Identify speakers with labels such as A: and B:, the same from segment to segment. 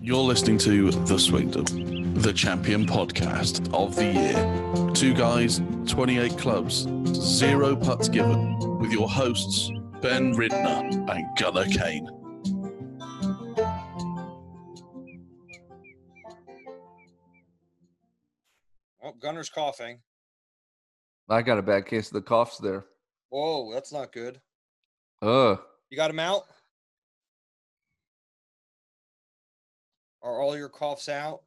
A: You're listening to The Swingdom, the champion podcast of the year. Two guys, 28 clubs, zero putts given, with your hosts, Ben Ridner and Gunnar Kane.
B: Oh, Gunner's coughing.
C: I got a bad case of the coughs there.
B: Whoa, that's not good.
C: Ugh.
B: You got him out? Are all your coughs out?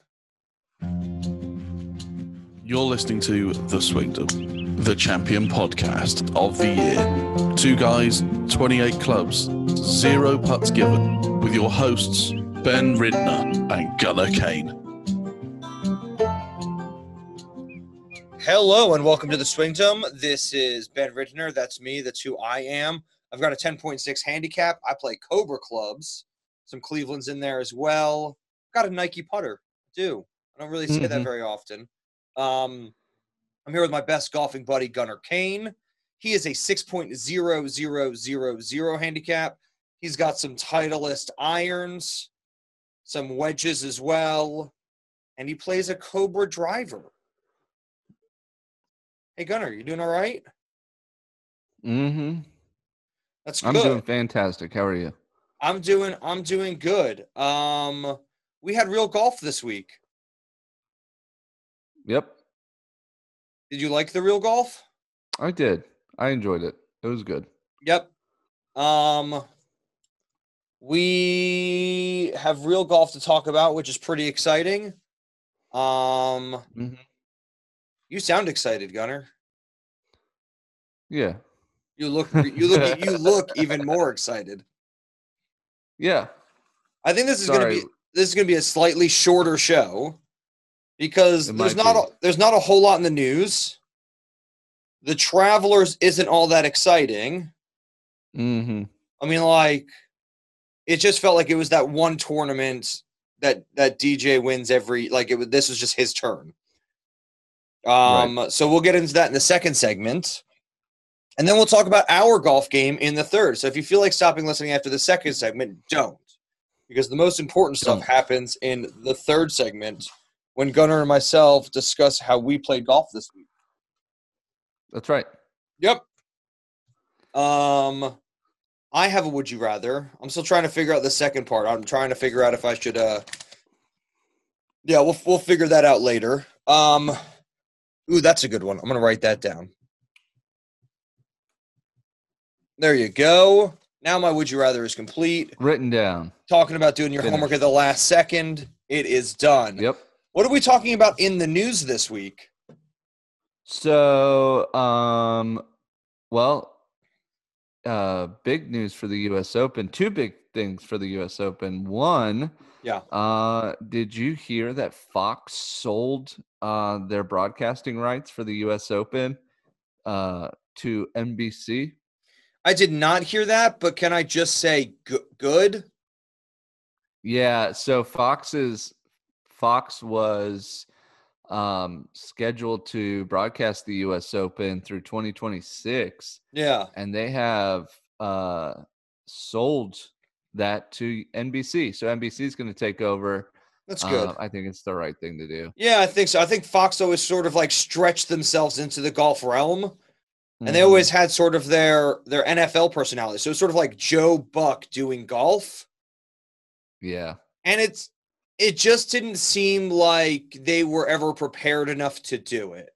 A: You're listening to The Swingdom, the champion podcast of the year. Two guys, 28 clubs, zero putts given, with your hosts, Ben Ridner and Gunnar Kane.
B: Hello and welcome to the Swingdom. This is Ben Rittner. That's me. That's who I am. I've got a 10.6 handicap. I play Cobra clubs. Some Cleveland's in there as well. Got a Nike putter. I do. I don't really say that
C: Mhm.
B: very often. Um, I'm here with my best golfing buddy, Gunnar Kane. He is a 6.0000 handicap. He's got some Titleist irons, some wedges as well, and he plays a Cobra driver. Hey Gunnar, you doing all right?
C: Mm-hmm.
B: That's
C: I'm
B: good.
C: doing fantastic. How are you?
B: I'm doing I'm doing good. Um we had real golf this week.
C: Yep.
B: Did you like the real golf?
C: I did. I enjoyed it. It was good.
B: Yep. Um we have real golf to talk about, which is pretty exciting. Um
C: Mhm.
B: you sound excited, Gunnar.
C: Yeah.
B: You look you look you look even more excited.
C: Yeah.
B: I think this is going
C: Sorry.
B: to be this is going to be a slightly shorter show because
C: It
B: there's
C: might
B: not
C: be.
B: a, there's not a whole lot in the news. The Travelers isn't all that exciting.
C: Mm-hmm.
B: I mean, like it just felt like it was that one tournament that that DJ wins every like it was this was just his turn. Um, so we'll get into that in the second segment. And then we'll talk about our golf game in the third. So if you feel like stopping listening after the second segment, don't. Because the most important stuff
C: Don't.
B: happens in the third segment when Gunnar and myself discuss how we played golf this week.
C: That's right.
B: Yep. Um, I have a would you rather. I'm still trying to figure out the second part. I'm trying to figure out if I should. uh Yeah, we'll we'll figure that out later. Um, ooh, that's a good one. I'm gonna write that down. There you go. Now my would you rather is complete.
C: Written down.
B: Talking about doing your
C: Finished.
B: homework at the last second. It is done.
C: Yep.
B: What are we talking about in the news this week?
C: So um well uh big news for the US Open. Two big things for the US Open. One,
B: Yeah.
C: uh did you hear that Fox sold uh their broadcasting rights for the US Open uh to NBC?
B: I did not hear that, but can I just say g- good?
C: Yeah, so Fox's Fox was um scheduled to broadcast the US Open through 2026.
B: Yeah.
C: and they have uh, sold that to NBC. So NBC is going to take over.
B: That's good.
C: Uh, I think it's the right thing to do.
B: yeah, I think so. I think Fox always sort of like stretched themselves into the golf realm, and they
C: Mm-hmm.
B: always had sort of their their NFL personality. So it's sort of like Joe Buck doing golf,
C: Mm-hmm. yeah,
B: and it's it just didn't seem like they were ever prepared enough to do it.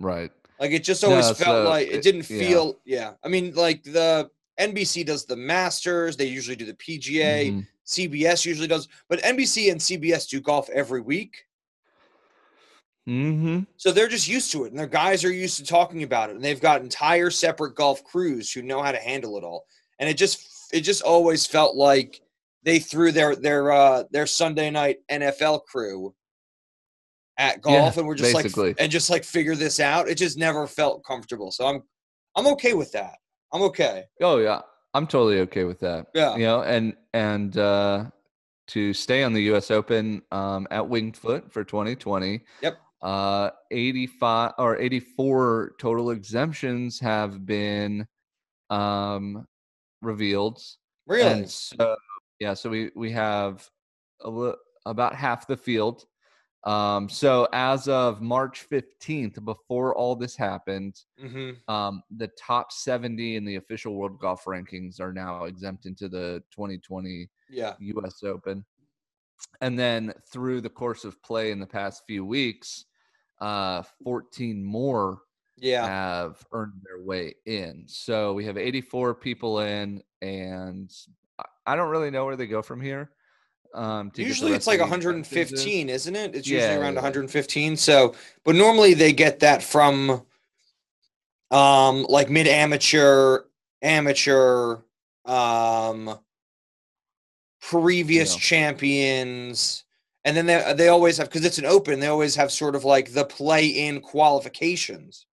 C: right.
B: Like it just always
C: No,
B: felt
C: so
B: like it
C: it-
B: didn't
C: yeah.
B: feel. Yeah, I mean, like the NBC does the Masters, they usually do the PGA,
C: Mhm.
B: CBS usually does, but NBC and CBS do golf every week.
C: Mhm.
B: So they're just used to it, and their guys are used to talking about it, and they've got entire separate golf crews who know how to handle it all. And it just it just always felt like they threw their their uh, their Sunday night NFL crew at golf, and we're just
C: basically.
B: like and just like figure this out. It just never felt comfortable. So I'm I'm okay with that. I'm okay.
C: Oh yeah, I'm totally okay with that.
B: Yeah.
C: You know, and and uh, to stay on the U.S. Open um, at Winged Foot for 2020.
B: Yep.
C: Uh, 85 or 84 total exemptions have been um, revealed.
B: Really?
C: And so, yeah, so we we have a li- about half the field. Um, so as of March 15th, before all this happened,
B: hmm
C: um, the top 70 in the official world golf rankings are now exempt into the 2020
B: Yeah.
C: US Open. And then through the course of play in the past few weeks, uh, 14 more
B: Yeah.
C: have earned their way in. So we have 84 people in, and I- I don't really know where they go from here. Um, to get the
B: Usually it's
C: rest
B: like
C: of the exemptions
B: 115,
C: in.
B: isn't it? It's
C: Yeah,
B: usually around
C: yeah.
B: 115. So, but normally they get that from um like mid amateur, amateur, um previous
C: Yeah.
B: champions. And then they they always have because it's an open, they always have sort of like the play in qualifications.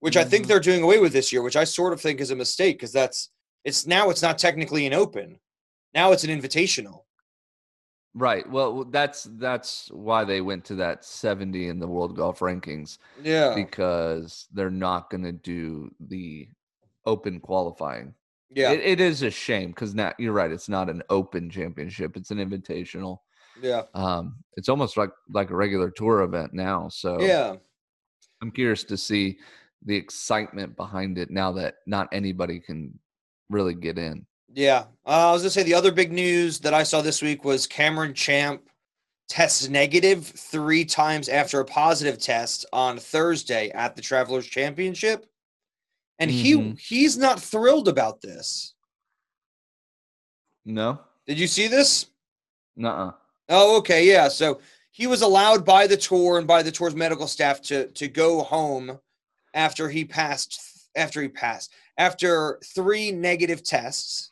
B: Which I think
C: Mhm.
B: they're doing away with this year, which I sort of think is a mistake because that's it's now it's not technically an open. Now it's an invitational.
C: Right. Well, that's that's why they went to that 70 in the world golf rankings
B: Yeah.
C: because they're not going to do the open qualifying.
B: yeah.
C: It, it is a shame because now you're right. It's not an open championship. It's an invitational.
B: yeah.
C: Um, it's almost like like a regular tour event now. So
B: Yeah.
C: I'm curious to see the excitement behind it now that not anybody can really get in.
B: Yeah. Uh, I was going to say the other big news that I saw this week was Cameron Champ tests negative three times after a positive test on Thursday at the Travelers Championship. And
C: Mhm.
B: he he's not thrilled about this.
C: No.
B: Did you see this?
C: Nuh-uh.
B: Oh, okay, yeah. So he was allowed by the tour and by the tour's medical staff to to go home after he passed after he passed after three negative tests.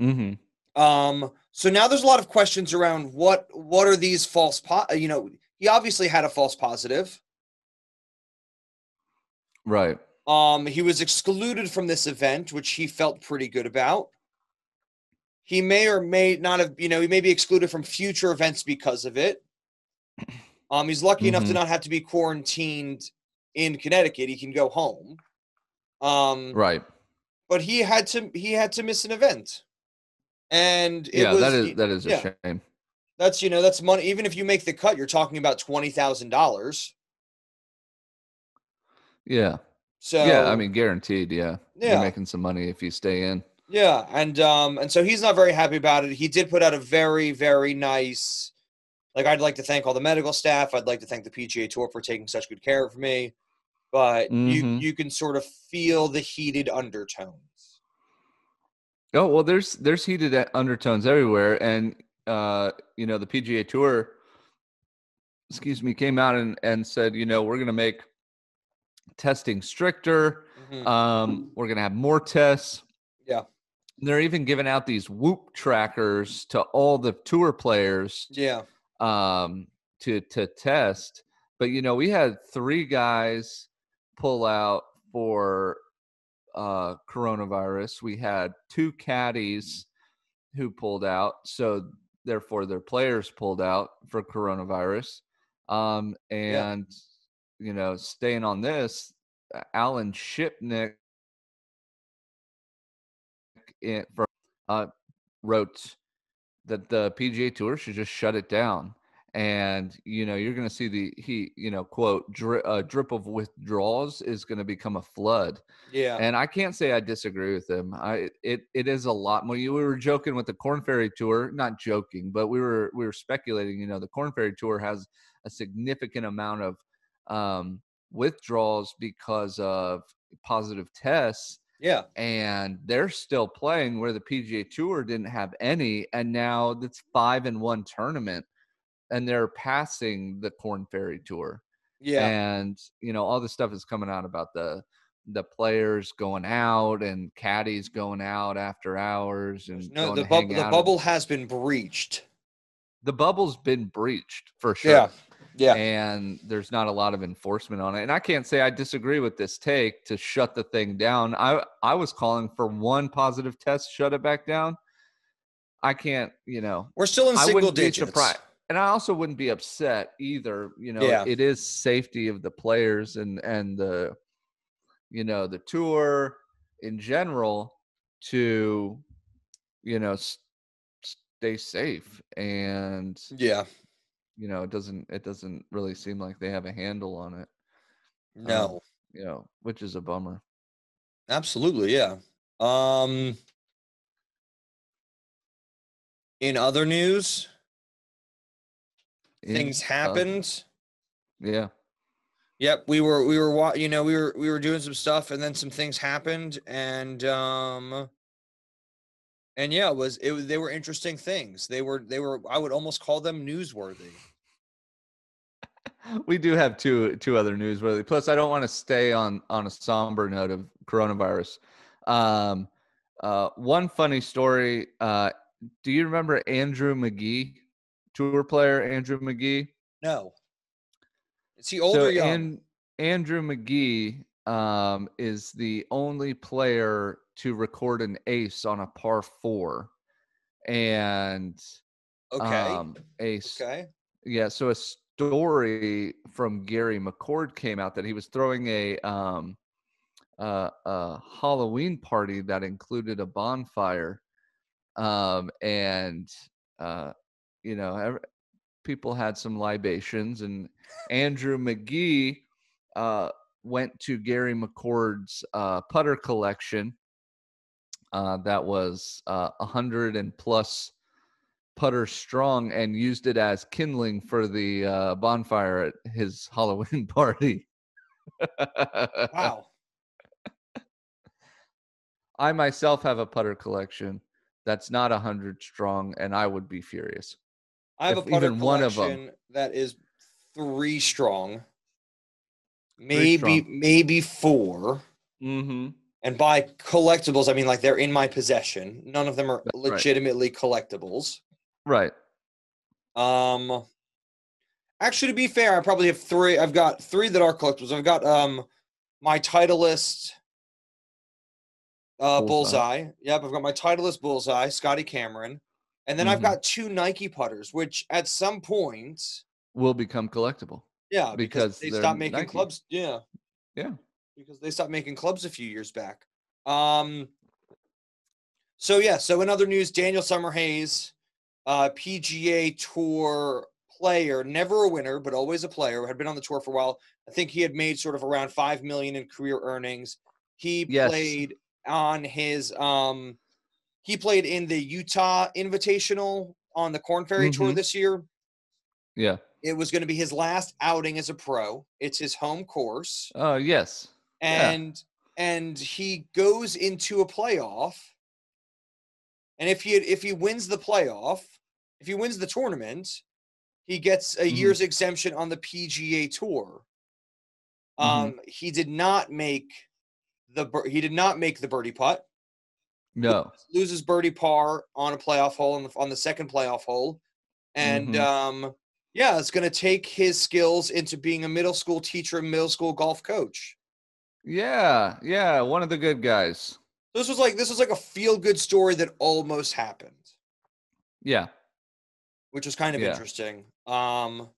C: Mm-hmm.
B: Um, so now there's a lot of questions around what what are these false po- you know, he obviously had a false positive.
C: Right.
B: Um, he was excluded from this event, which he felt pretty good about. He may or may not have, you know, he may be excluded from future events because of it. Um, he's lucky enough to
C: Mhm.
B: not have to be quarantined in Connecticut. He can go home. Um,
C: Right.
B: but he had to he had to miss an event. And it
C: yeah,
B: was,
C: that
B: y-
C: is that is a
B: yeah.
C: shame.
B: that's you know that's money even if you make the cut you're talking about $20000
C: Yeah.
B: so
C: yeah, I mean guaranteed, yeah.
B: Yeah.
C: You're making some money if you stay in.
B: yeah and um and so he's not very happy about it he did put out a very very nice like i'd like to thank all the medical staff i'd like to thank the pga tour for taking such good care of me but you
C: Mhm.
B: you can sort of feel the heated undertones
C: Oh, well there's there's heated a- undertones everywhere and uh you know the PGA Tour excuse me came out and and said, you know, we're going to make testing stricter.
B: Mhm.
C: Um we're going to have more tests.
B: Yeah.
C: They're even giving out these whoop trackers to all the tour players
B: yeah
C: um, to to test. But you know, we had three guys pull out for uh, coronavirus. We had two caddies who pulled out, so therefore their players pulled out for coronavirus. Um,
B: Yeah.
C: and you know, staying on this, uh, Alan Shipnick in, from, uh, wrote that the PGA Tour should just shut it down. And you know you're going to see the he you know quote dri- uh, drip of withdrawals is going to become a flood.
B: yeah
C: And I can't say I disagree with him. I it it is a lot more. You, we were joking with the Corn Ferry Tour, not joking, but we were we were speculating. You know, the Corn Ferry Tour has a significant amount of um, withdrawals because of positive tests
B: yeah
C: and they're still playing where the PGA Tour didn't have any, and now that's five in one tournament, and they're passing the Corn Ferry Tour,
B: yeah
C: and you know all this stuff is coming out about the the players going out and caddies going out after hours and
B: no
C: going
B: the,
C: to
B: bub-
C: hang
B: the
C: out at-
B: bubble has been breached
C: the bubble's been breached for sure
B: yeah yeah
C: and there's not a lot of enforcement on it. And I can't say I disagree with this take to shut the thing down. I I was calling for one positive test, shut it back down. I can't, you know,
B: we're still in
C: I
B: single
C: wouldn't be
B: digits
C: surprised. and I also wouldn't be upset either. You know,
B: Yeah.
C: it is safety of the players and and the, you know, the tour in general to, you know, s- stay safe and
B: Yeah.
C: you know it doesn't it doesn't really seem like they have a handle on it
B: No.
C: you know which is a bummer
B: absolutely. Yeah. Um. In other news,
C: In
B: things
C: other-
B: happened.
C: uh, yeah
B: Yep, we were we were wa- you know we were we were doing some stuff and then some things happened and um and yeah, it was it was they were interesting things. They were they were I would almost call them newsworthy.
C: we do have two two other newsworthy. Plus, I don't want to stay on on a somber note of coronavirus. Um, uh, one funny story. Uh, do you remember Andrew McGee, tour player Andrew McGee?
B: No. Is he old or young?
C: An- Andrew McGee um, is the only player to record an ace on a par four, and
B: okay.
C: um, a s-
B: okay.
C: yeah, so a story from Gary McCord came out that he was throwing a um uh, a Halloween party that included a bonfire, um, and uh, you know ev- people had some libations, and Andrew McGee uh, went to Gary McCord's uh, putter collection. Uh, that was uh, 100 and plus putter strong and used it as kindling for the uh, bonfire at his Halloween party. uh,
B: Wow.
C: I myself have a putter collection that's not a hundred strong, and I would be furious.
B: I have a
C: if
B: putter
C: even one of 'em-
B: collection that is three strong.
C: Three
B: Maybe
C: strong.
B: maybe four.
C: Mm-hmm.
B: And by collectibles, I mean like they're in my possession. None of them are
C: That's right.
B: legitimately collectibles.
C: Right.
B: Um, actually, to be fair, I probably have three. I've got three that are collectibles. I've got um, my Titleist, uh,
C: Bullseye.
B: bullseye. Yep, I've got my Titleist bullseye, Scotty Cameron, and then I've
C: Mhm.
B: got two Nike putters, which at some point,
C: Will become collectible.
B: yeah, because,
C: Because
B: they
C: they're
B: stopped making
C: Nike.
B: clubs. Yeah,
C: Yeah.
B: because they stopped making clubs a few years back. Um. So yeah, so in other news, Daniel Summerhays, uh, PGA Tour player, never a winner but always a player, had been on the tour for a while. I think he had made sort of around five million in career earnings. He
C: Yes.
B: played on his um, he played in the Utah Invitational on the Corn Ferry Tour
C: Mhm.
B: this year.
C: Yeah.
B: It was going to be his last outing as a pro. It's his home course
C: Uh yes. Yeah.
B: and and he goes into a playoff and if he if he wins the playoff if he wins the tournament he gets a
C: Mhm.
B: year's exemption on the pga tour
C: Mhm.
B: um he did not make the bir- he did not make the birdie putt
C: No.
B: loses birdie par on a playoff hole on the, on the second playoff hole and
C: Mhm.
B: um yeah it's going to take his skills into being a middle school teacher and middle school golf coach
C: Yeah. Yeah. One of the good guys.
B: This was like this was like a feel good story that almost happened,
C: Yeah.
B: which was kind of
C: Yeah.
B: interesting. Um,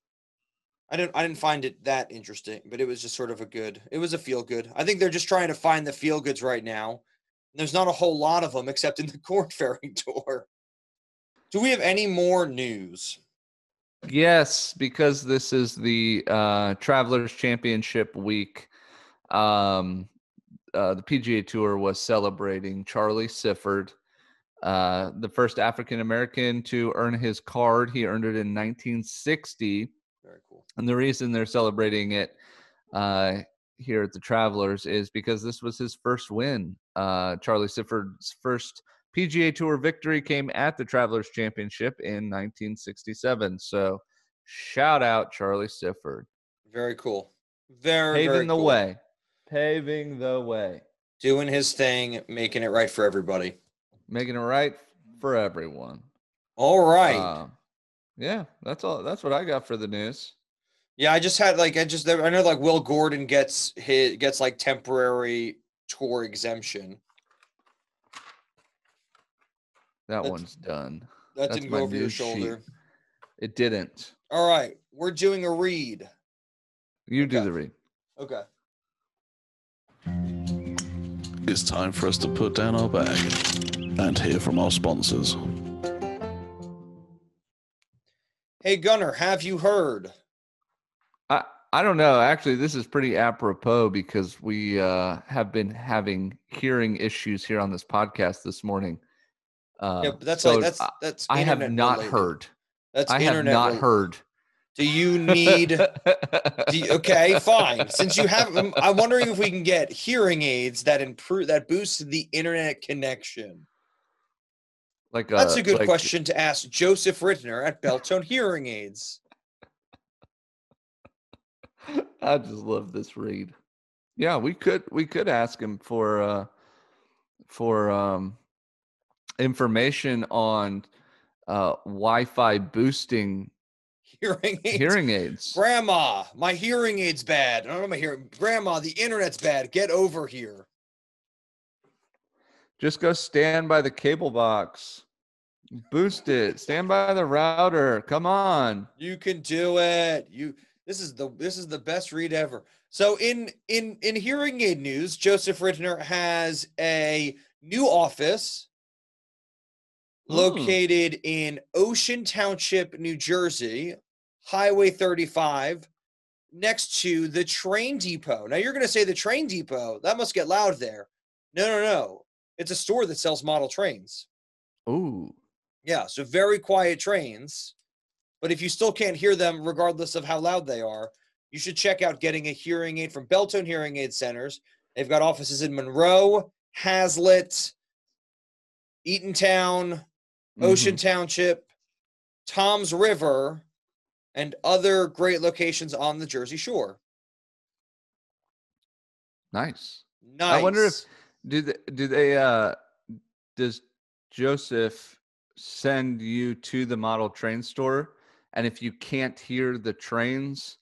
B: I didn't I didn't find it that interesting, but it was just sort of a good. It was a feel good. I think they're just trying to find the feel goods right now. There's not a whole lot of them except in the corn ferry tour. Do we have any more news?
C: Yes, because this is the uh, Travelers Championship week. Um, uh, the PGA Tour was celebrating Charlie Sifford, uh, the first African American to earn his card. He earned it in 1960.
B: Very cool.
C: And the reason they're celebrating it uh, here at the Travelers is because this was his first win. Uh, Charlie Sifford's first PGA Tour victory came at the Travelers Championship in 1967. So, shout out Charlie Sifford,
B: Very cool. Very
C: paving
B: very
C: the
B: cool.
C: way, paving the way,
B: doing his thing, making it right for everybody.
C: making it right for everyone.
B: All right.
C: Uh, yeah, that's all. That's what I got for the news.
B: Yeah, I just had like I just I know like Will Gordon gets hit gets like temporary tour exemption.
C: That
B: That's-
C: one's done.
B: That
C: That's
B: didn't go
C: my
B: over your
C: news sheet.
B: shoulder.
C: It didn't.
B: All right, we're doing a read.
C: You do
B: Okay.
C: the read.
B: Okay.
A: It's time for us to put down our bag and hear from our sponsors.
B: Hey Gunner, have you heard?
C: I I don't know. Actually, this is pretty apropos because we uh, have been having hearing issues here on this podcast this morning. Uh,
B: yeah, but that's
C: so
B: like that's
C: I,
B: that's.
C: I have
B: internet
C: not
B: related.
C: heard.
B: That's
C: I have
B: internet
C: not
B: related.
C: heard.
B: Do you need? do you- okay, fine. Since you have, I'm, I'm wondering if we can get hearing aids that improve that boost the internet connection.
C: like uh,
B: That's a good
C: like-
B: question to ask Joseph Rittner at Beltone Hearing Aids.
C: I just love this read. Yeah, we could we could ask him for uh for um information on uh Wi-Fi boosting
B: Hearing aids.
C: hearing aids.
B: Grandma, my hearing aid's bad. I don't know my hearing. Grandma, the internet's bad. Get over here.
C: Just go stand by the cable box. Boost it. Stand by the router. Come on.
B: You can do it. You. This is the this is the best read ever. So in in in hearing aid news, Joseph Rittner has a new office
C: Mm.
B: located in Ocean Township, New Jersey, Highway 35, next to the train depot. Now you're going to say the train depot. That must get loud there. No, no, no. It's a store that sells model trains.
C: Ooh.
B: Yeah, so very quiet trains. But if you still can't hear them, regardless of how loud they are, you should check out getting a hearing aid from Beltone Hearing Aid Centers. They've got offices in Monroe, Hazlitt, Eatontown,
C: Mm-hmm.
B: Ocean Township, Tom's River, and other great locations on the Jersey Shore.
C: Mhm. Nice.
B: Nice.
C: wonder if- Do they, do they uh does Joseph send you to the model train store and if you can't hear the trains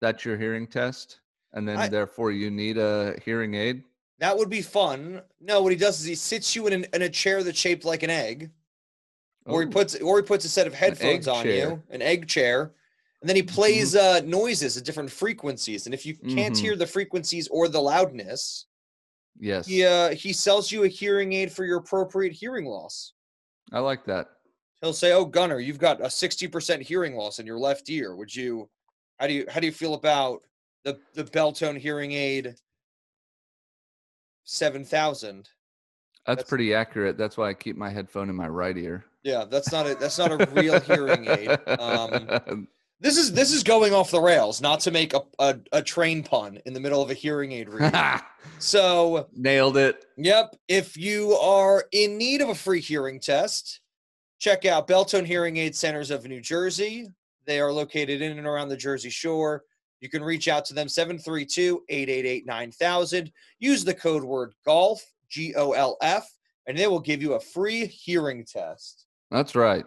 C: that's your hearing test and then
B: I-
C: therefore you need a hearing aid?
B: that would be fun. No, what he does is he sits you in, an, in a chair that's shaped like an egg, or he
C: Ooh,
B: puts or he puts a set of headphones
C: Oh. egg
B: on
C: chair. Mm-hmm.
B: you, an egg chair, and then he plays uh, noises at different frequencies. And if you can't
C: Mhm.
B: hear the frequencies or the loudness,
C: yes.
B: he uh, he sells you a hearing aid for your appropriate hearing loss.
C: I like that.
B: he'll say, "Oh, Gunner, you've got a sixty percent hearing loss in your left ear. Would you? How do you? How do you feel about the the Beltone hearing aid seven thousand?
C: That's,
B: That's-
C: pretty accurate. That's why I keep my headphone in my right ear.
B: Yeah, that's not a that's not a real hearing aid. Um, this is this is going off the rails. Not to make a, a a train pun in the middle of a hearing aid read. so,
C: Nailed it.
B: yep, if you are in need of a free hearing test, check out Beltone Hearing Aid Centers of New Jersey. They are located in and around the Jersey Shore. You can reach out to them 732 888 9000. Use the code word GOLF, G O L F, and they will give you a free hearing test.
C: That's right.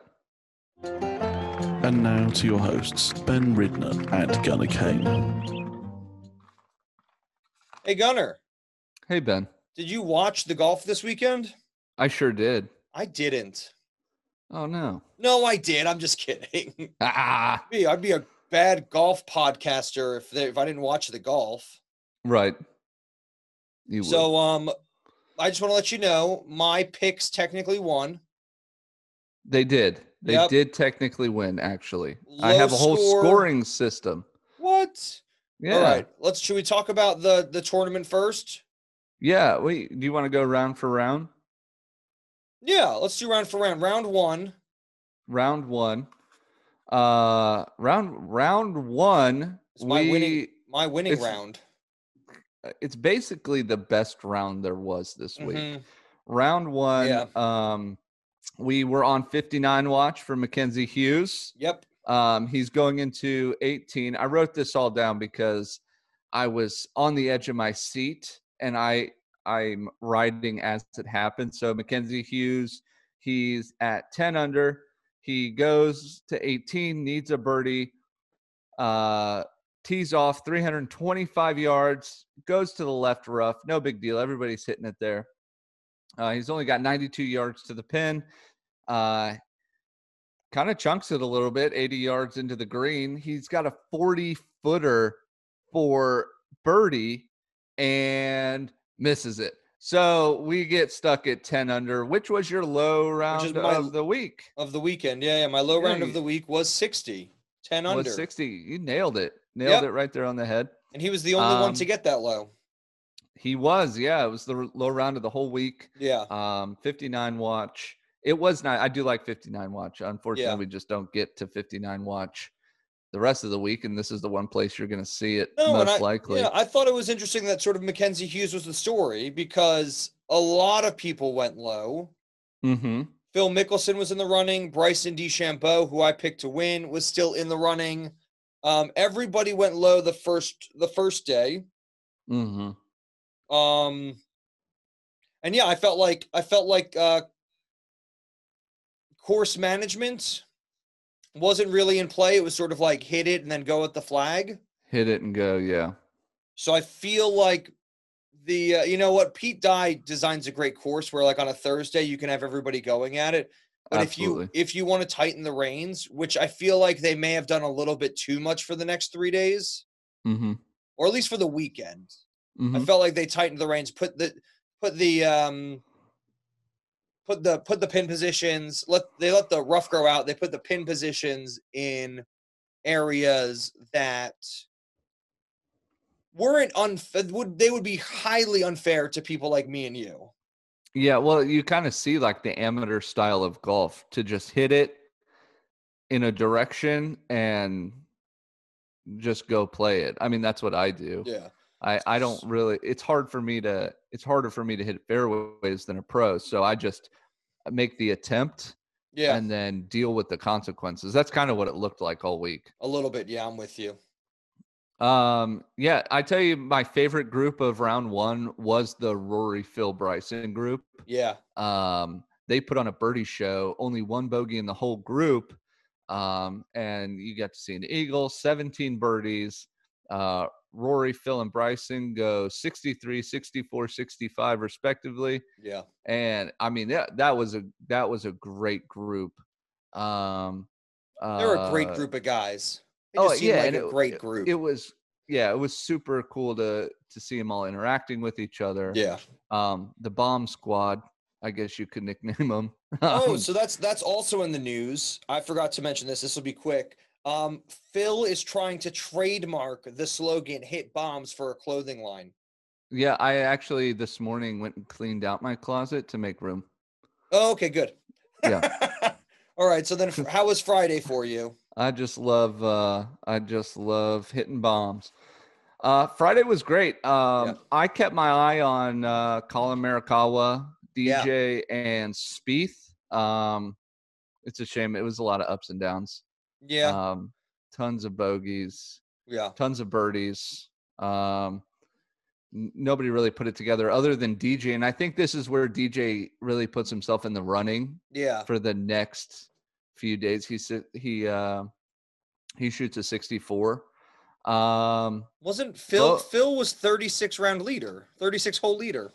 A: And now to your hosts, Ben Ridner and Gunnar Kane.
B: Hey, Gunner,
C: Hey Ben.
B: did you watch the golf this weekend?
C: I sure did.
B: I didn't.
C: Oh no.
B: No, I did. I'm just kidding.
C: Ah.
B: Me, I'd be a bad golf podcaster if, they, if I didn't watch the golf.
C: Right. You would.
B: So um I just want to let you know my picks technically won.
C: they did. They
B: Yep.
C: did technically win, actually. I have
B: Low
C: a whole
B: score.
C: scoring system.
B: What?
C: Yeah.
B: All right. Let's should we talk about the the tournament first?
C: Yeah. Wait, do you want to go round for round?
B: Yeah, let's do round for round. Round 1.
C: Round one. Uh round round one.
B: It's my
C: we,
B: winning- My winning
C: It's
B: round.
C: it's basically the best round there was this week.
B: Mhm.
C: Round one.
B: Yeah.
C: Um we were on 59 watch for Mackenzie Hughes.
B: Yep.
C: Um, he's going into 18. I wrote this all down because I was on the edge of my seat and I I'm riding as it happens. So Mackenzie Hughes, he's at 10 under. He goes to 18, needs a birdie, uh, tees off 325 yards, goes to the left rough. No big deal. Everybody's hitting it there. Uh, he's only got 92 yards to the pin. Uh, kind of chunks it a little bit, 80 yards into the green. He's got a 40 footer for birdie and misses it. So we get stuck at 10 under, which was your low round
B: is my-
C: of the week.
B: of the weekend. Yeah, yeah. My low
C: Yeah,
B: round
C: you-
B: of the week was 60, 10
C: Was
B: under.
C: 60. You nailed it.
B: Yep.
C: Nailed it right there on the head.
B: And he was the only one to
C: Um,
B: get that low.
C: He was, yeah. It was the r- low round of the whole week.
B: Yeah.
C: Um, 59 watch. It was not. I do like 59 watch. Unfortunately,
B: Yeah.
C: we just don't get to 59 watch the rest of the week, and this is the one place you're going to see it
B: No, and
C: most
B: I,
C: likely.
B: yeah, I thought it was interesting that sort of Mackenzie Hughes was the story because a lot of people went low.
C: Mm-hmm.
B: Phil Mickelson was in the running. Bryson DeChambeau, who I picked to win, was still in the running. Um, everybody went low the first the first day.
C: Mm-hmm.
B: Um, and yeah, I felt like I felt like uh, course management wasn't really in play. It was sort of like hit it and then go at the flag.
C: Hit it and go. Yeah.
B: So I feel like the uh, you know what Pete Dye designs a great course where like on a Thursday you can have everybody going at it. But if
C: Absolutely.
B: you if you want to tighten the reins, which I feel like they may have done a little bit too much for the next three days,
C: Mm-hmm.
B: or at least for the weekend.
C: hmm
B: I felt like they tightened the reins, put the put the um put the put the pin positions, let they let the rough grow out, they put the pin positions in areas that weren't unfair would they would be highly unfair to people like me and you.
C: Yeah. Well, you kind of see like the amateur style of golf to just hit it in a direction and just go play it. I mean, that's what I do.
B: Yeah.
C: I, I don't really it's hard for me to it's harder for me to hit fairways than a pro so i just uh, make the attempt
B: Yeah.
C: and then deal with the consequences that's kind of what it looked like all week
B: a little bit. Yeah, I'm with you.
C: um yeah i tell you my favorite group of round one was the rory phil bryson group
B: Yeah.
C: um they put on a birdie show only one bogey in the whole group um and you got to see an eagle 17 birdies uh rory phil and bryson go 63 64 65 respectively
B: Yeah.
C: and i mean that that was a that was a great group um
B: They're a great
C: uh,
B: group of guys. They
C: oh,
B: just seem
C: yeah,
B: like
C: and
B: a
C: it-
B: great group.
C: it was yeah it was super cool to to see them all interacting with each other
B: yeah.
C: um, the bomb squad. I guess you could nickname um, them.
B: Oh, so that's that's also in the news. I forgot to mention this. This will be quick. Um, Phil is trying to trademark the slogan "Hit Bombs" for a clothing line.
C: yeah, I actually this morning went and cleaned out my closet to make room.
B: Oh, okay, good. Yeah. All right. So then, f- how was Friday for you?
C: I just love, uh, I just love hitting bombs. Uh, Friday was great. Um, I kept my eye on uh, Colin Marikawa,
B: Yeah.
C: DJ, and Spieth. Um, it's a shame. It was a lot of ups and downs.
B: Yeah.
C: Um, tons of bogeys.
B: yeah.
C: tons of birdies. Um, n- nobody really put it together other than DJ, and I think this is where DJ really puts himself in the running
B: Yeah.
C: for the next few days. He said he uh, he shoots a 64. Um,
B: Wasn't Phil?
C: Well-
B: Phil was thirty-six round leader, thirty-six hole leader.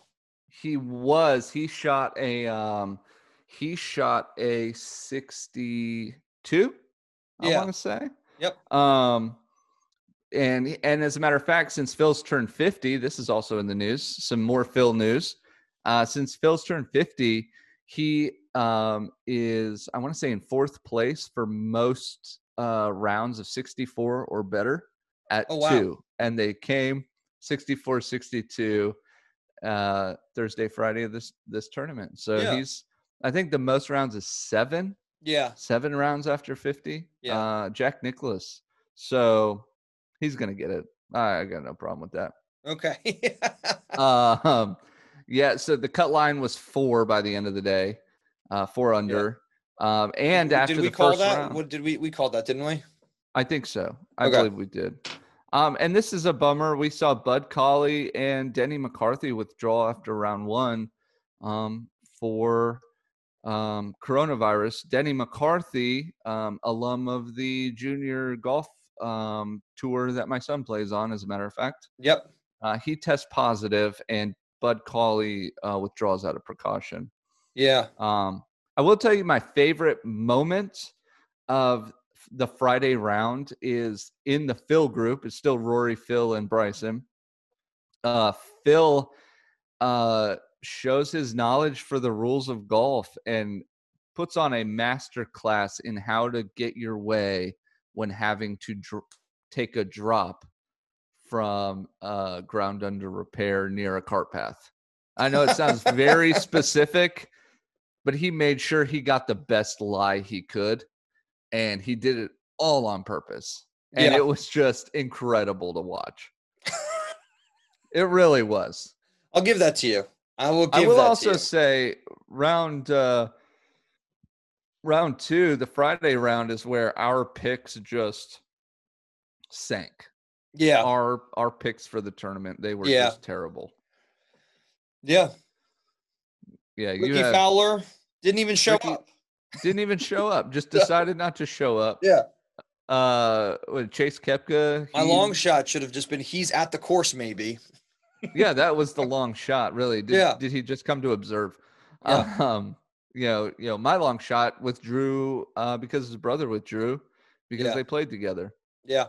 C: he was he shot a um, he shot a 62. I
B: Yeah.
C: want to say.
B: Yep.
C: Um, and and as a matter of fact, since Phil's turned fifty, this is also in the news. Some more Phil news. Uh, since Phil's turned fifty, he um, is I want to say in fourth place for most uh, rounds of sixty-four or better at
B: Oh, wow.
C: two, and they came 64, 62 uh, Thursday, Friday of this this tournament. So
B: Yeah.
C: he's I think the most rounds is seven
B: Yeah.
C: seven rounds after 50
B: Yeah.
C: uh jack nicholas so he's gonna get it i I got no problem with that
B: Okay.
C: uh, um yeah so the cut line was four by the end of the day uh four under um and
B: Did
C: after
B: we
C: the
B: call
C: first
B: that?
C: round
B: What did we we called that? Didn't we?
C: i think so i
B: Okay.
C: believe we did um and this is a bummer we saw bud colley and denny mccarthy withdraw after round one um for um, coronavirus. Denny McCarthy, um, alum of the junior golf um, tour that my son plays on, as a matter of fact,
B: Yep.
C: uh, he tests positive, and Bud Cauley uh, withdraws out of precaution.
B: Yeah.
C: Um, I will tell you my favorite moment of the Friday round is in the Phil group. It's still Rory, Phil, and Bryson. Uh, Phil uh, shows his knowledge for the rules of golf and puts on a master class in how to get your way when having to dr- take a drop from uh, ground under repair near a cart path. I know it sounds very specific, but he made sure he got the best lie he could, and he did it all on purpose. And
B: Yeah.
C: it was just incredible to watch. it really was.
B: I'll give that to you. I will give
C: I will
B: that
C: also
B: to you.
C: say round uh round two, the Friday round is where our picks just sank.
B: Yeah.
C: Our our picks for the tournament, they were
B: Yeah.
C: just terrible.
B: Yeah.
C: Yeah, you
B: Ricky
C: had,
B: Fowler didn't even show
C: Ricky-
B: up.
C: didn't even show up. Just
B: Yeah.
C: decided not to show up.
B: Yeah.
C: Uh, with Chase Kepka.
B: My long
C: he-
B: shot should have just been he's at the course, maybe.
C: yeah, that was the long shot. Really, did,
B: Yeah.
C: did he just come to observe?
B: Yeah.
C: Um, you know, you know, my long shot withdrew uh, because his brother withdrew because
B: Yeah.
C: they played together.
B: Yeah.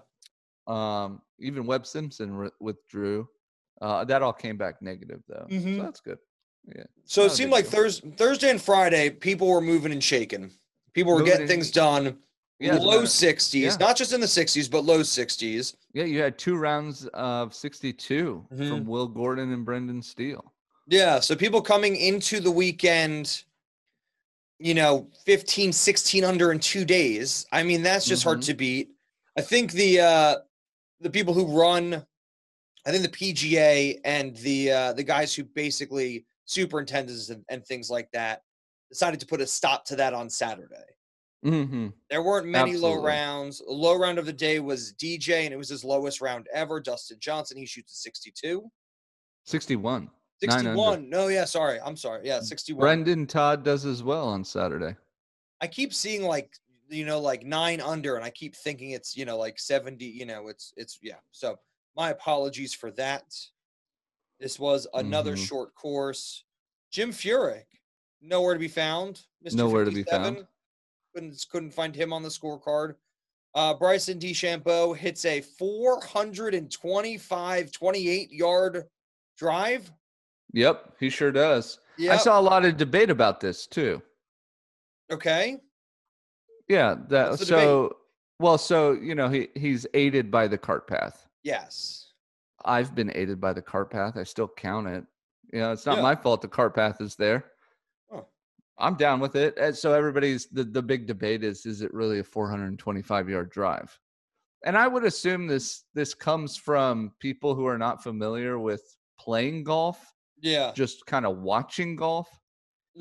C: Um, even Webb Simpson re- withdrew. Uh, that all came back negative though,
B: Mhm.
C: so that's good.
B: So it
C: Not a
B: seemed
C: big
B: like
C: deal.
B: Thursday, Thursday and Friday, people were moving and shaking. People were
C: Moving
B: getting
C: and-
B: things done.
C: Yeah, as a
B: low
C: matter-
B: 60s,
C: yeah.
B: not just in the 60s, but low 60s.
C: yeah, you had two rounds of 62
B: Mhm.
C: from Will Gordon and Brendan Steele.
B: Yeah. So people coming into the weekend, you know, 15, 16 under in two days. I mean, that's just hard
C: Mhm.
B: to beat. I think the uh the people who run, I think the PGA and the uh the guys who basically superintendents and, and things like that decided to put a stop to that on Saturday.
C: Mm-hmm.
B: There weren't many low
C: Absolutely.
B: rounds. The low round of the day was DJ, and it was his lowest round ever. Dustin Johnson, he shoots a 62.
C: 61. Nine under.
B: 61. No, yeah, sorry. I'm sorry. Yeah, 61.
C: Brendan Todd does as well on Saturday.
B: I keep seeing like, you know, like nine under, and I keep thinking it's, you know, like 70, you know, it's, it's, yeah. So my apologies for that. This was another
C: Mhm.
B: short course. Jim Furyk, nowhere to be found. Mr.
C: Nowhere to be
B: 57.
C: found.
B: couldn't couldn't find him on the scorecard. Uh, Bryson DeChambeau hits a 425 28 yard drive.
C: Yep, he sure does. I
B: Yeah.
C: saw a lot of debate about this too.
B: Okay.
C: Yeah, that
B: What's the debate?
C: so well, so you know, he he's aided by the cart path.
B: Yes.
C: I've been aided by the cart path. I still count it. You know, it's not
B: Yeah.
C: my fault the cart path is there.
B: Oh.
C: I'm down with it. And so everybody's the, the big debate is is it really a 425 yard drive? And I would assume this this comes from people who are not familiar with playing golf,
B: Yeah. Mm-hmm.
C: just kind of watching golf.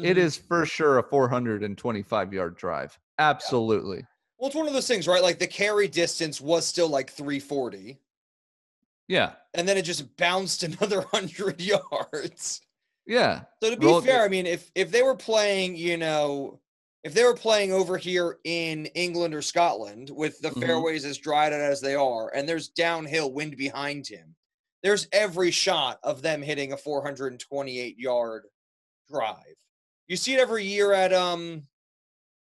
C: It is for sure a 425 yard drive. Absolutely.
B: Well, it's one of those things, right? Like the carry distance was still like 340,
C: Yeah.
B: and then it just bounced another 100 yards.
C: Yeah.
B: So to be
C: Rolled
B: fair,
C: it-
B: I mean, if if they were playing, you know, if they were playing over here in England or Scotland with the
C: Mhm.
B: fairways as dried out as they are, and there's downhill wind behind him, there's every shot of them hitting a 428 yard drive. You see it every year at um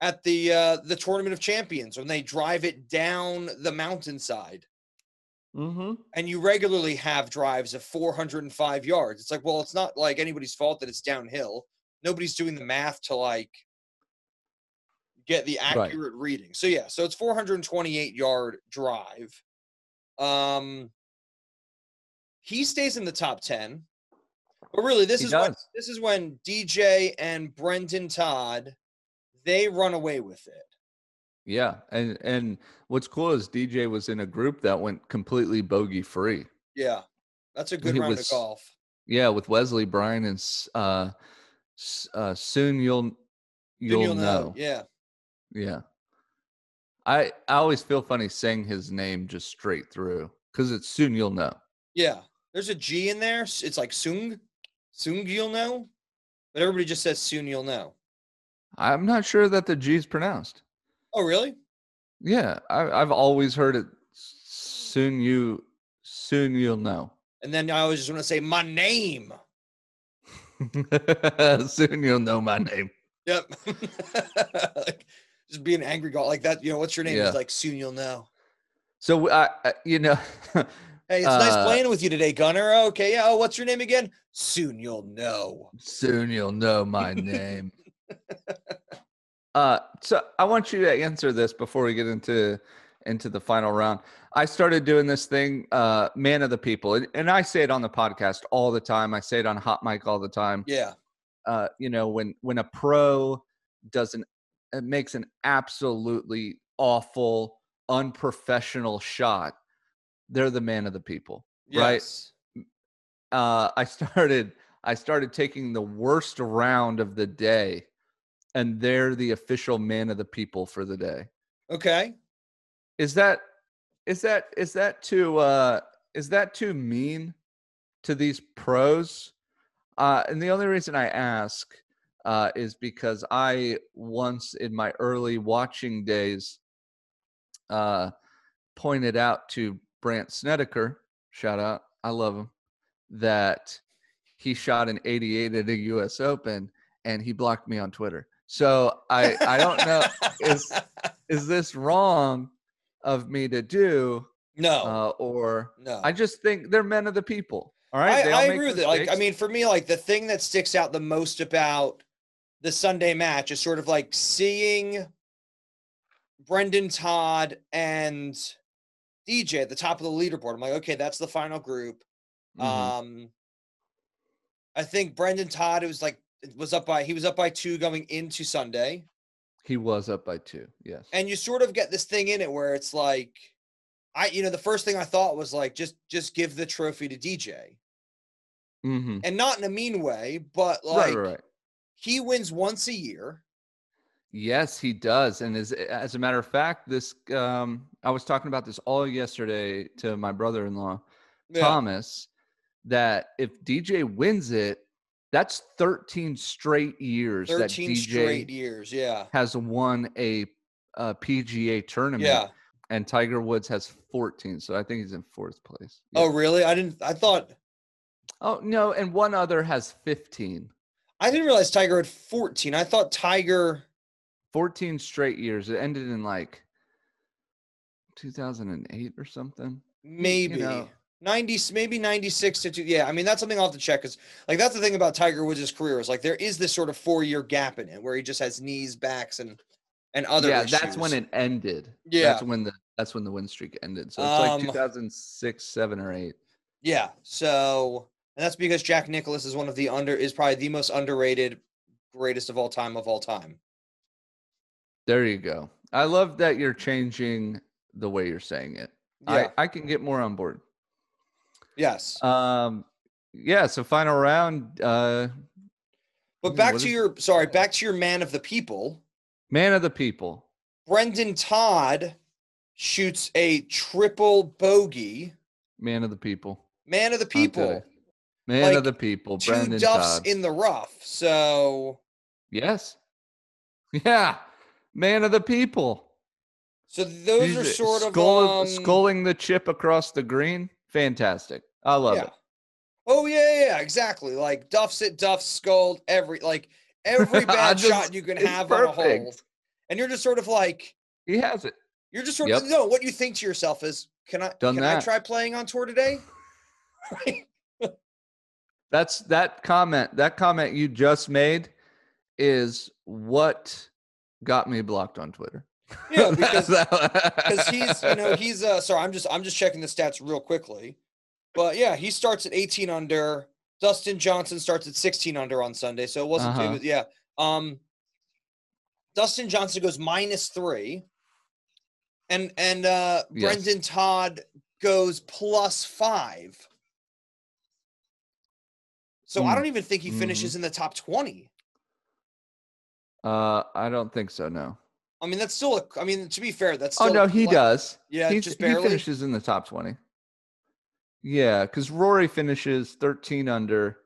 B: at the uh the tournament of champions when they drive it down the mountainside
C: Mm-hmm.
B: and you regularly have drives of 405 yards. It's like, well, it's not like anybody's fault that it's downhill. Nobody's doing the math to like get the
C: Right.
B: accurate reading. So yeah, so it's 428 yard drive. Um he stays in the top 10. But really, this
C: He
B: is when,
C: does.
B: this is when DJ and Brendan Todd they run away with it.
C: Yeah. And and what's cool is DJ was in a group that went completely bogey free.
B: Yeah. That's a good
C: He
B: round
C: was-
B: of golf.
C: Yeah, with Wesley Bryan and S- uh, S- uh soon you'll
B: Then
C: you'll, know.
B: Yeah.
C: Yeah. I I always feel funny saying his name just straight through cuz it's soon you'll know.
B: Yeah. There's a G in there. s- It's like Sung. Sung you'll know. But everybody just says soon you'll know.
C: I'm not sure that the G's pronounced.
B: Oh, really?
C: Yeah, I, I've always heard it. Soon you, soon you'll know.
B: And then I always just want to say my name.
C: soon you'll know my name.
B: Yep. Like, just be an angry guy like that. You know, what's your name?
C: Yeah.
B: He's like, soon you'll know.
C: So I, I- you know,
B: Hey, it's nice
C: Uh,
B: playing with you today, Gunner. Oh, okay, yeah. Oh, what's your name again? Soon you'll know.
C: Soon you'll know my name. uh, so I want you to answer this before we get into into the final round. I started doing this thing, uh, man of the people, and, and I say it on the podcast all the time. I say it on hot mic all the time.
B: Yeah.
C: Uh, you know, when when a pro doesn't it makes an absolutely awful, unprofessional shot, they're the man of the people Right.
B: Yes.
C: uh, I started I started taking the worst round of the day, and they're the official man of the people for the day.
B: Okay.
C: Is that is that is that too uh, is that too mean to these pros? Uh, and the only reason I ask uh, is because I once in my early watching days uh, pointed out to Brant Snedeker, shout out, I love him, that he shot an 88 at a U.S. Open, and he blocked me on Twitter. So I I don't know is is this wrong of me to do
B: No.
C: uh, or
B: no.
C: I just think they're men of the people. All right,
B: I, I agree with it. Like, I mean, for me, like the thing that sticks out the most about the Sunday match is sort of like seeing Brendan Todd and DJ at the top of the leaderboard. I'm like, okay, that's the final group.
C: Mm-hmm.
B: Um, I think Brendan Todd was like was up by he was up by two going into Sunday,
C: he was up by two. Yes,
B: and you sort of get this thing in it where it's like, I you know the first thing I thought was like just just give the trophy to DJ.
C: mm-hmm.
B: and not in a mean way, but like
C: right, right, right.
B: he wins once a year.
C: Yes, he does. And as as a matter of fact, this um, I was talking about this all yesterday to my brother-in-law. Thomas that if DJ wins it, that's 13 straight years that
B: 13
C: DJ
B: straight years. Yeah.
C: has won a, uh PGA tournament.
B: Yeah.
C: And Tiger Woods has 14. So I think he's in fourth place.
B: Oh,
C: Yeah.
B: really? I didn't, I thought,
C: oh, no. And one other has 15.
B: I didn't realize Tiger had 14. I thought Tiger,
C: 14 straight years. It ended in like 2008 or something.
B: maybe.
C: know.
B: 90 maybe 96 to 2 yeah i mean that's something i'll have to check because like that's the thing about tiger woods' career is like there is this sort of four year gap in it where he just has knees backs and and other
C: yeah, that's when
B: issues.
C: it ended.
B: Yeah.
C: That's when the that's when the win streak ended. So it's
B: Um,
C: like 2006, 7 or 8.
B: Yeah. So, and that's because Jack Nicholas is one of the under is probably the most underrated greatest of all time of all time.
C: There you go. I love that you're changing the way you're saying it.
B: Yeah.
C: I, I can get more on board.
B: yes.
C: Um, yeah. So final round, uh,
B: but
C: yeah,
B: back
C: what
B: to
C: is-
B: your sorry, back to your man of the people.
C: man of the people.
B: Brendan Todd shoots a triple bogey.
C: Man of the people.
B: Man of the
C: I'll tell
B: people.
C: you. Man
B: Like,
C: of the people.
B: Two
C: Brandon
B: duffs
C: Todd.
B: in the rough. So,
C: yes. Yeah. Man of the people.
B: so those are
C: He's
B: sort of
C: scull-
B: um,
C: sculling the chip across the green. Fantastic. I love
B: yeah.
C: it.
B: Oh yeah, yeah, yeah, exactly. Like duffs it, duffs sculled every like every
C: I
B: bad
C: just-
B: shot you can
C: it's
B: have on a hole.
C: perfect.
B: And you're just sort of like
C: He has it.
B: You're just sort of
C: Yep.
B: no. What you think to yourself is, can I
C: Done
B: can I
C: that.
B: try playing on tour today?
C: That's that comment. That comment you just made is what got me blocked on Twitter.
B: Yeah, because because he's you know he's uh sorry I'm just I'm just checking the stats real quickly, but yeah he starts at 18 under. Dustin Johnson starts at 16 under on Sunday, so it wasn't too
C: Uh-huh.
B: bad- yeah. Um, Dustin Johnson goes minus three, and and uh
C: Yes.
B: Brendan Todd goes plus five. So I
C: Mm.
B: don't even think he
C: Mhm.
B: finishes in the top 20.
C: Uh, I don't think so. No.
B: I mean, that's still a. I mean, to be fair, that's.
C: Oh
B: still
C: no,
B: a
C: he
B: cla-
C: does.
B: Yeah,
C: He's-
B: just
C: he
B: barely.
C: finishes in the top twenty. Yeah, because Rory finishes thirteen under,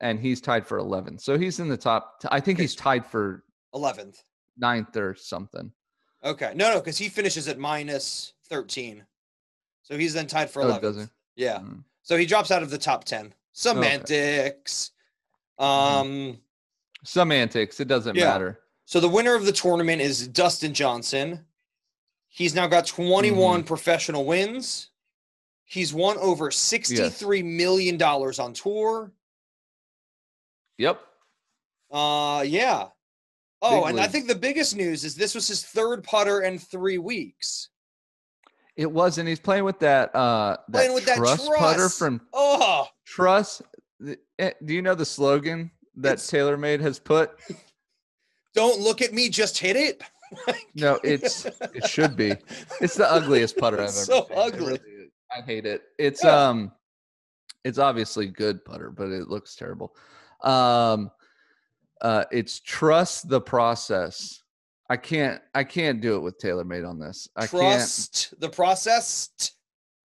C: and he's tied for eleven. So he's in the top. I think
B: Okay.
C: he's tied for
B: Eleventh.
C: ninth or something.
B: Okay, no, no, because he finishes at minus thirteen, so he's then tied for
C: Oh,
B: eleventh.
C: does he?
B: Yeah,
C: Mm.
B: so he drops out of the top ten. Semantics.
C: Mm-hmm.
B: Um.
C: Semantics. It doesn't
B: Yeah.
C: matter.
B: So the winner of the tournament is
C: Mm-hmm.
B: Dustin Johnson. He's now got 21 professional wins. He's won over sixty-three million dollars on tour.
C: Yep.
B: Uh, yeah. Oh,
C: Big
B: and I
C: league.
B: think the biggest news is this was his third putter in three weeks.
C: It was, and he's playing with that uh that
B: Playing with that
C: truss putter
B: truss.
C: from
B: Oh,
C: Truss. th- eh, Do you know the slogan that
B: It's-
C: TaylorMade has put?
B: don't look at me, just hit it.
C: No, it's it should be. It's the ugliest putter I've ever
B: It's so
C: seen. It
B: ugly.
C: really is. I hate it. It's
B: Yeah.
C: um it's obviously good putter, but it looks terrible. Um uh it's trust the process. I can't I can't do it with TaylorMade on this. I can't
B: Trust the process.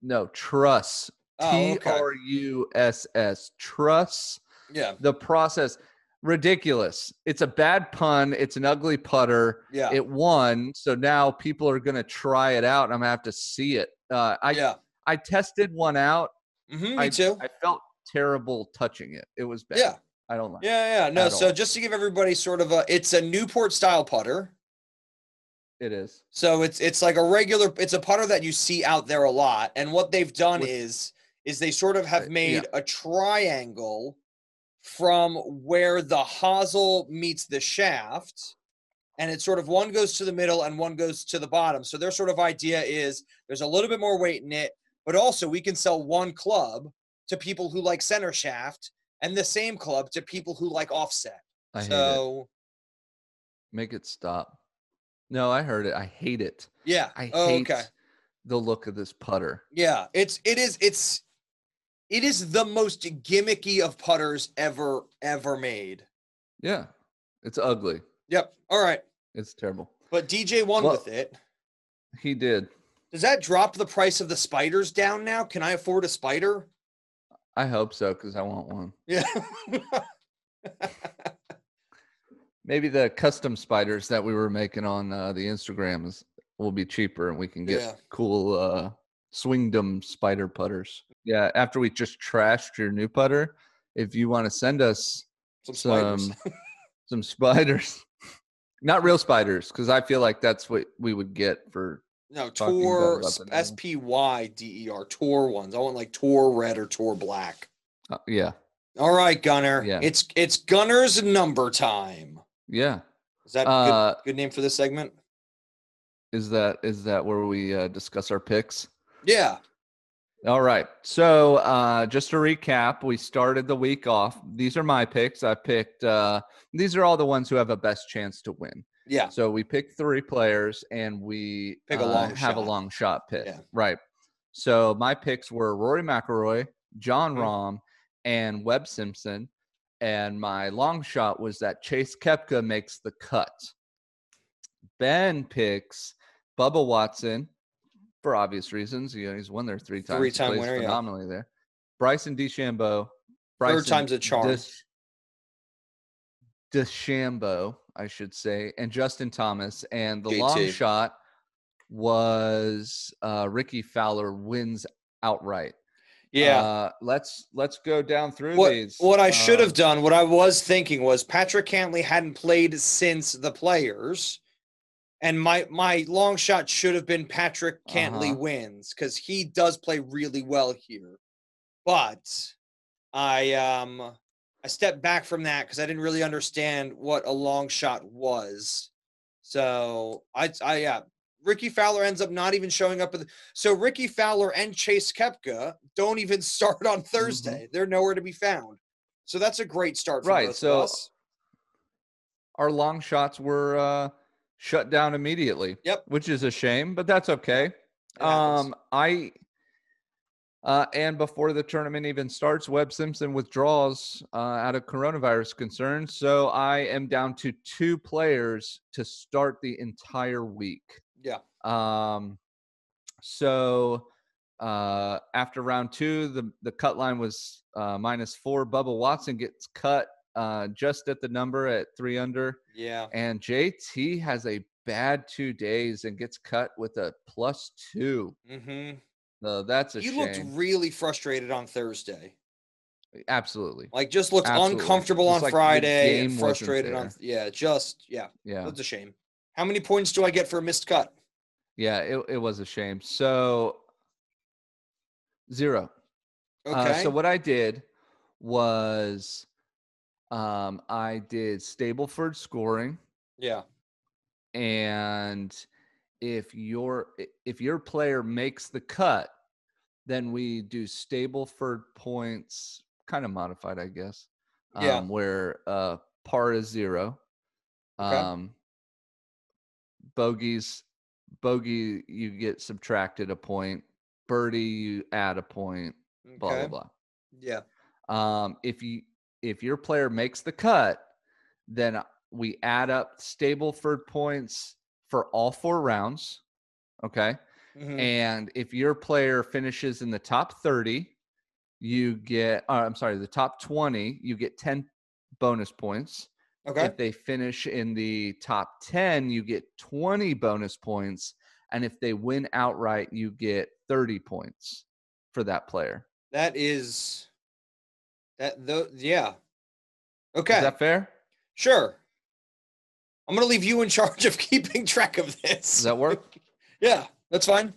C: no trust.
B: Oh,
C: T
B: okay.
C: R U S S trust
B: Yeah,
C: the process. Ridiculous. It's a bad pun. It's an ugly putter.
B: yeah,
C: it won so now people are going to try it out and i'm going to have to see it uh, i
B: yeah.
C: i tested one out
B: hmm
C: I-
B: me too.
C: i felt terrible touching it it was bad
B: Yeah.
C: i don't like it.
B: Yeah, yeah. No,
C: at
B: so
C: all.
B: just to give everybody sort of a, it's a Newport style putter.
C: it is
B: So it's it's like a regular, it's a putter that you see out there a lot. And what they've done
C: With-
B: is is they sort of
C: Uh,
B: have
C: yeah.
B: made a triangle from where the hosel meets the shaft. And it's sort of one goes to the middle and one goes to the bottom. So their sort of idea is there's a little bit more weight in it, but also we can sell one club to people who like center shaft and the same club to people who like offset.
C: i hate it
B: so
C: make it stop no i heard it i hate it
B: yeah.
C: i
B: Oh,
C: hate the look of this putter
B: Yeah, it's it is it's it is the most gimmicky of putters ever ever made.
C: yeah it's ugly
B: Yep. All right.
C: it's terrible
B: But DJ won
C: Well-
B: with it.
C: he did
B: Does that drop the price of the spiders down now? Can I afford a spider?
C: i hope so because i want one
B: Yeah.
C: maybe the custom spiders that we were making on uh, the Instagrams will be cheaper and we can get
B: Yeah.
C: cool uh, swingdom spider putters. Yeah, after we just trashed your new putter, if you want to send us
B: Some
C: some
B: spiders.
C: some spiders, not real spiders, because I feel like that's what we would get for.
B: No,
C: fucking gut
B: Tor
C: weapon,
B: s-
C: man.
B: S P Y D E R Tor ones. I want like Tor red or Tor black.
C: Uh, yeah,
B: All right, Gunner.
C: Yeah.
B: It's it's Gunner's number time.
C: yeah.
B: Is that a good,
C: Uh,
B: good name for this segment?
C: is that is that where we uh, discuss our picks?
B: Yeah.
C: All right. So uh, just to recap, we started the week off. These are my picks. I picked, uh, these are all the ones who have a best chance to win.
B: Yeah.
C: So we pick three players and we
B: Pick a
C: uh,
B: long
C: have a
B: shot.
C: long shot pick.
B: Yeah.
C: Right. So my picks were Rory McIlroy, John
B: Mhm.
C: Rahm, and Webb Simpson. And my long shot was that Chase Kepka makes the cut. Ben picks Bubba Watson for obvious reasons. You know, he's won there three times. He
B: Three-time
C: plays
B: winner, yeah.
C: phenomenally there. Bryson DeChambeau. Bryson
B: Third time's a charm.
C: Dis- DeChambeau, I should say, and Justin Thomas. And the long
B: JT.
C: shot was uh, Ricky Fowler wins outright.
B: Yeah.
C: Uh, let's let's go down through
B: what,
C: these.
B: what I should
C: Um,
B: have done, what I was thinking was Patrick Cantley hadn't played since the players. And my my long shot should have been Patrick Cantley
C: Uh-huh.
B: wins because he does play really well here. But I um I stepped back from that because I didn't really understand what a long shot was. So I I yeah. Ricky Fowler ends up not even showing up. At the, so Ricky Fowler and Chase Kepka don't even start on Thursday. They're nowhere to be found. So that's a great start for
C: Right,
B: both of
C: so-
B: us.
C: our long shots were uh, shut down immediately.
B: Yep.
C: Which is a shame, but that's okay.
B: It happens.
C: Um, I uh, and before the tournament even starts, Webb Simpson withdraws uh, out of coronavirus concerns. So I am down to two players to start the entire week.
B: Yeah.
C: Um, so uh, after round two, the the cut line was uh, minus four. Bubba Watson gets cut uh, just at the number at three under.
B: yeah.
C: And JT has a bad two days and gets cut with a plus two.
B: Mm-hmm.
C: No, that's a
B: He looked
C: shame.
B: really frustrated on Thursday.
C: Absolutely.
B: Like just looked
C: Absolutely.
B: uncomfortable
C: It's
B: on
C: like the
B: Friday and
C: game wasn't
B: frustrated on
C: there.
B: yeah, just yeah.
C: Yeah.
B: That's a shame. How many points do I get for a missed cut?
C: Yeah, it, it was a shame. So Zero.
B: Okay.
C: Uh, so what I did was um, I did Stableford scoring,
B: yeah.
C: and if your i- if your player makes the cut, then we do Stableford points, kind of modified, I guess.
B: Yeah.
C: Um, where uh, par is zero,
B: Okay.
C: um, bogeys bogey you get subtracted a point, birdie you add a point, blah
B: Okay.
C: blah blah.
B: Yeah.
C: Um, if you if your player makes the cut, then we add up Stableford points for all four rounds. Okay.
B: Mhm.
C: And if your player finishes in the top 30, you get, uh, I'm sorry, the top 20, you get 10 bonus points.
B: Okay.
C: If they finish in the top 10, you get 20 bonus points. And if they win outright, you get 30 points for that player.
B: That is that though yeah. Okay.
C: Is that fair?
B: sure. I'm gonna leave you in charge of keeping track of this.
C: Does that work?
B: yeah, that's fine.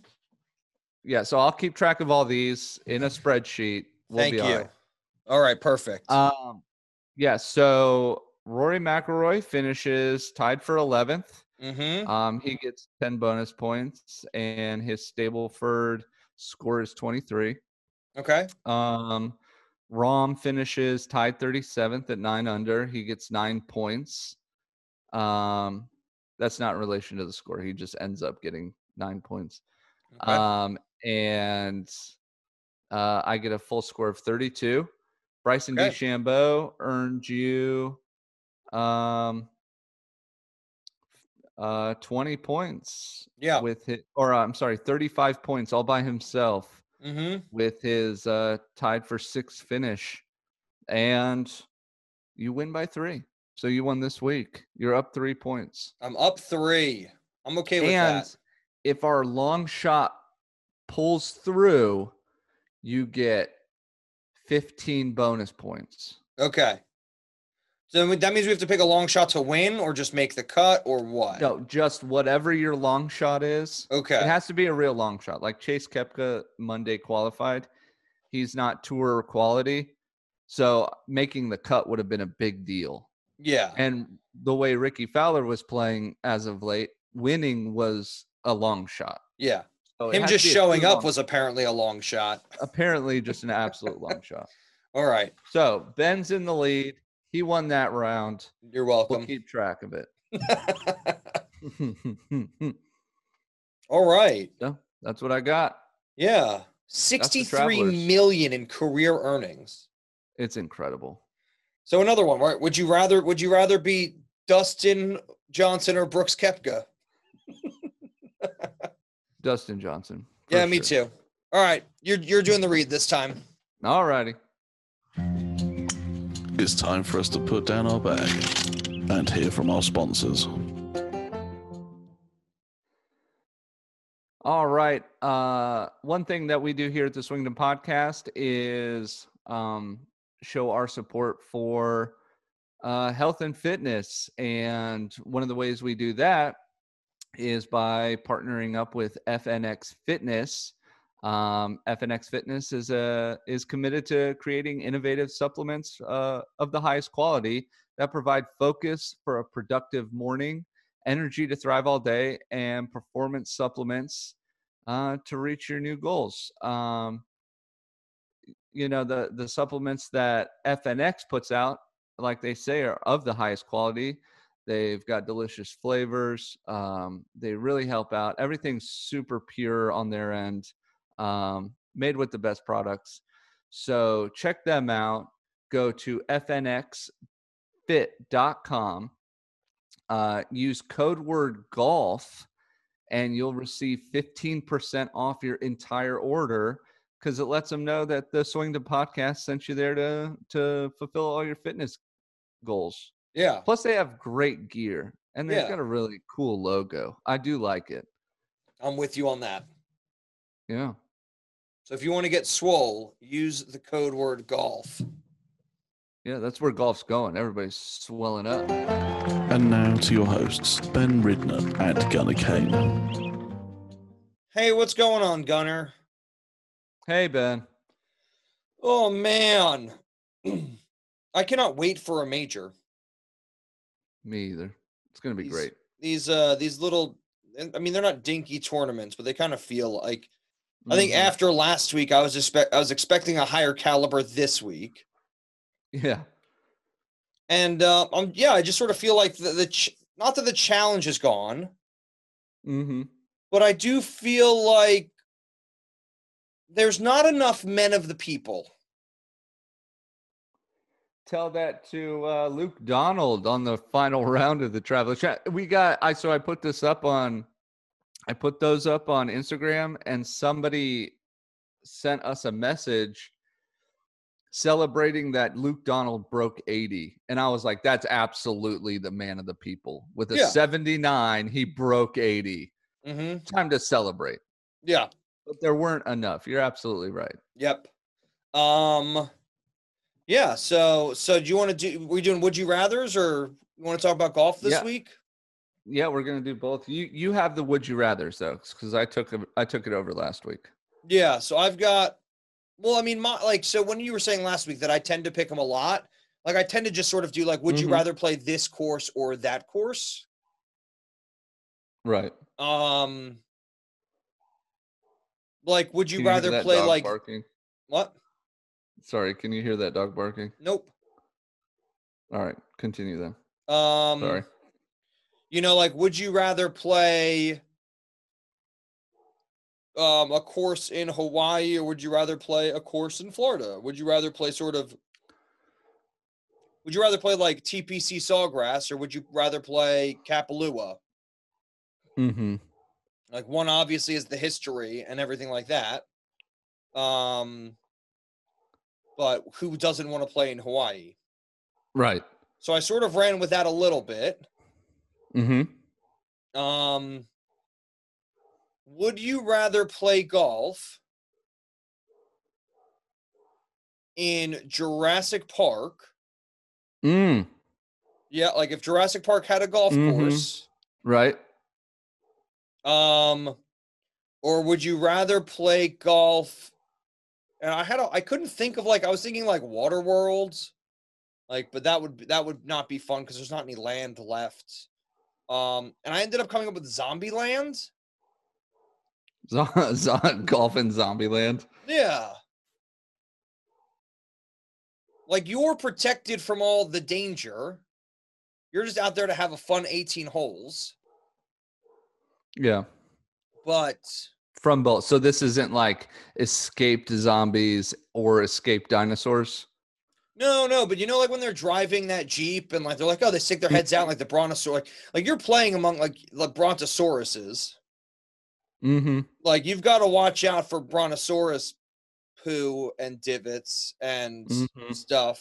C: Yeah, so I'll keep track of all these in a spreadsheet. We'll
B: Thank
C: be
B: you.
C: all right.
B: All right, perfect.
C: Um, yeah, so Rory McIlroy finishes tied for 11th.
B: mm-hmm.
C: Um, he gets 10 bonus points, and his Stableford score is 23.
B: Okay.
C: Um, Rom finishes tied 37th at nine under. He gets nine points. Um, that's not in relation to the score. He just ends up getting nine points.
B: Okay.
C: Um, and uh, I get a full score of 32. Bryson
B: Okay.
C: DeChambeau earned you um, uh, 20 points
B: yeah.
C: with his, or uh, I'm sorry, 35 points all by himself
B: Mm-hmm.
C: with his uh, tied for sixth finish. And you win by three. So you won this week. You're up three points
B: I'm up three. I'm okay with
C: and
B: that.
C: if our long shot pulls through, you get 15 bonus points.
B: Okay. So that means we have to pick a long shot to win or just make the cut or what?
C: No, just whatever your long shot is.
B: Okay.
C: It has to be a real long shot. Like Chase Kepka Monday qualified. He's not tour quality. So making the cut would have been a big deal.
B: yeah.
C: And the way Ricky Fowler was playing as of late, winning was a long shot.
B: Yeah.
C: So it
B: Him
C: has to
B: just
C: be a
B: showing
C: true
B: up
C: long-
B: was apparently a long shot.
C: apparently just an absolute long shot.
B: All right.
C: So Ben's in the lead. He won that round.
B: You're
C: We'll
B: welcome.
C: keep track of it.
B: All right.
C: so that's what I got.
B: Yeah.
C: Travelers.
B: 63 million in career earnings.
C: It's incredible.
B: So another one, right? Would you rather would you rather be Dustin Johnson or Brooks Kepka?
C: Dustin Johnson. for
B: Yeah, me
C: sure.
B: too. All right. You're you're doing the read this time.
C: All righty.
A: It's time for us to put down our bag and hear from our sponsors.
C: All right. Uh, one thing that we do here at the Swingdom Podcast is um, show our support for uh, health and fitness. And one of the ways we do that is by partnering up with FNX Fitness. Um, FNX Fitness is a is committed to creating innovative supplements uh, of the highest quality that provide focus for a productive morning energy to thrive all day and performance supplements uh, to reach your new goals um, you know the the supplements that fnx puts out like they say are of the highest quality they've got delicious flavors um, they really help out everything's super pure on their end um, made with the best products so check them out go to fnxfit.com uh, use code word golf and you'll receive 15% off your entire order because it lets them know that the swing to podcast sent you there to to fulfill all your fitness goals
B: Yeah.
C: plus they have great gear and they've
B: Yeah.
C: got a really cool logo i do like it
B: I'm with you on that.
C: yeah
B: So if you want to get swole, use the code word golf.
C: yeah that's where golf's going everybody's swelling up
A: And now to your hosts, Ben Ridner and Gunnar Kane.
B: Hey, what's going on, Gunner?
C: Hey, Ben.
B: Oh man, I cannot wait for a major.
C: Me either. It's going to be
B: He's-
C: great.
B: These uh these little, and- I mean, they're not dinky tournaments, but they kind of feel like. I think
C: Mhm.
B: after last week, I was expect I was expecting a higher caliber this week,
C: Yeah.
B: and uh, um, yeah, I just sort of feel like the, the ch- not that the challenge is gone,
C: Mm-hmm.
B: but I do feel like there's not enough men of the people.
C: Tell that to uh, Luke Donald on the final round of the Traveler Chat. We got I so I put this up on I put those up on Instagram and somebody sent us a message celebrating that Luke Donald broke 80 and I was like that's absolutely the man of the people. With a
B: Yeah.
C: 79 he broke 80.
B: Mm-hmm.
C: Time to celebrate.
B: Yeah.
C: But there weren't enough. You're absolutely right.
B: Yep. Um yeah, so so do you want to do we doing would you rathers or you want to talk about golf this
C: Yeah.
B: week?
C: Yeah, we're going to do both. You you have the would you rather though cuz I took a- I took it over last week.
B: Yeah, so I've got well, I mean my like so when you were saying last week that I tend to pick them a lot, like I tend to just sort of do like would
C: Mhm.
B: you rather play this course or that course?
C: Right.
B: Um like would you
C: Can hear
B: rather
C: that
B: play
C: dog
B: like
C: barking?
B: what?
C: Sorry, can you hear that dog barking?
B: Nope.
C: All right, continue then.
B: Um
C: Sorry.
B: you know like would you rather play um, a course in hawaii or would you rather play a course in florida would you rather play sort of would you rather play like tpc sawgrass or would you rather play kapalua
C: Mm-hmm.
B: like one obviously is the history and everything like that um but who doesn't want to play in hawaii
C: Right.
B: so i sort of ran with that a little bit
C: Mm-hmm.
B: Um, would you rather play golf in Jurassic Park?
C: Mm.
B: Yeah, like if Jurassic Park had a golf
C: Mhm.
B: course,
C: Right.
B: um, or would you rather play golf? And I had a, I couldn't think of like I was thinking like Water Worlds, like but that would be- that would not be fun because there's not any land left. Um, and I ended up coming up with Zombie Land.
C: Zo- zo- golf in Zombieland.
B: Yeah. Like you're protected from all the danger. You're just out there to have a fun 18 holes,
C: Yeah.
B: but
C: From both. So this isn't like escaped zombies or escaped dinosaurs.
B: no, no, but you know, like when they're driving that Jeep and like they're like, oh, they stick their heads out like the brontosaurus. Like, like you're playing among like the brontosauruses.
C: Mm-hmm.
B: Like you've got to watch out for brontosaurus poo and divots and
C: Mhm.
B: stuff,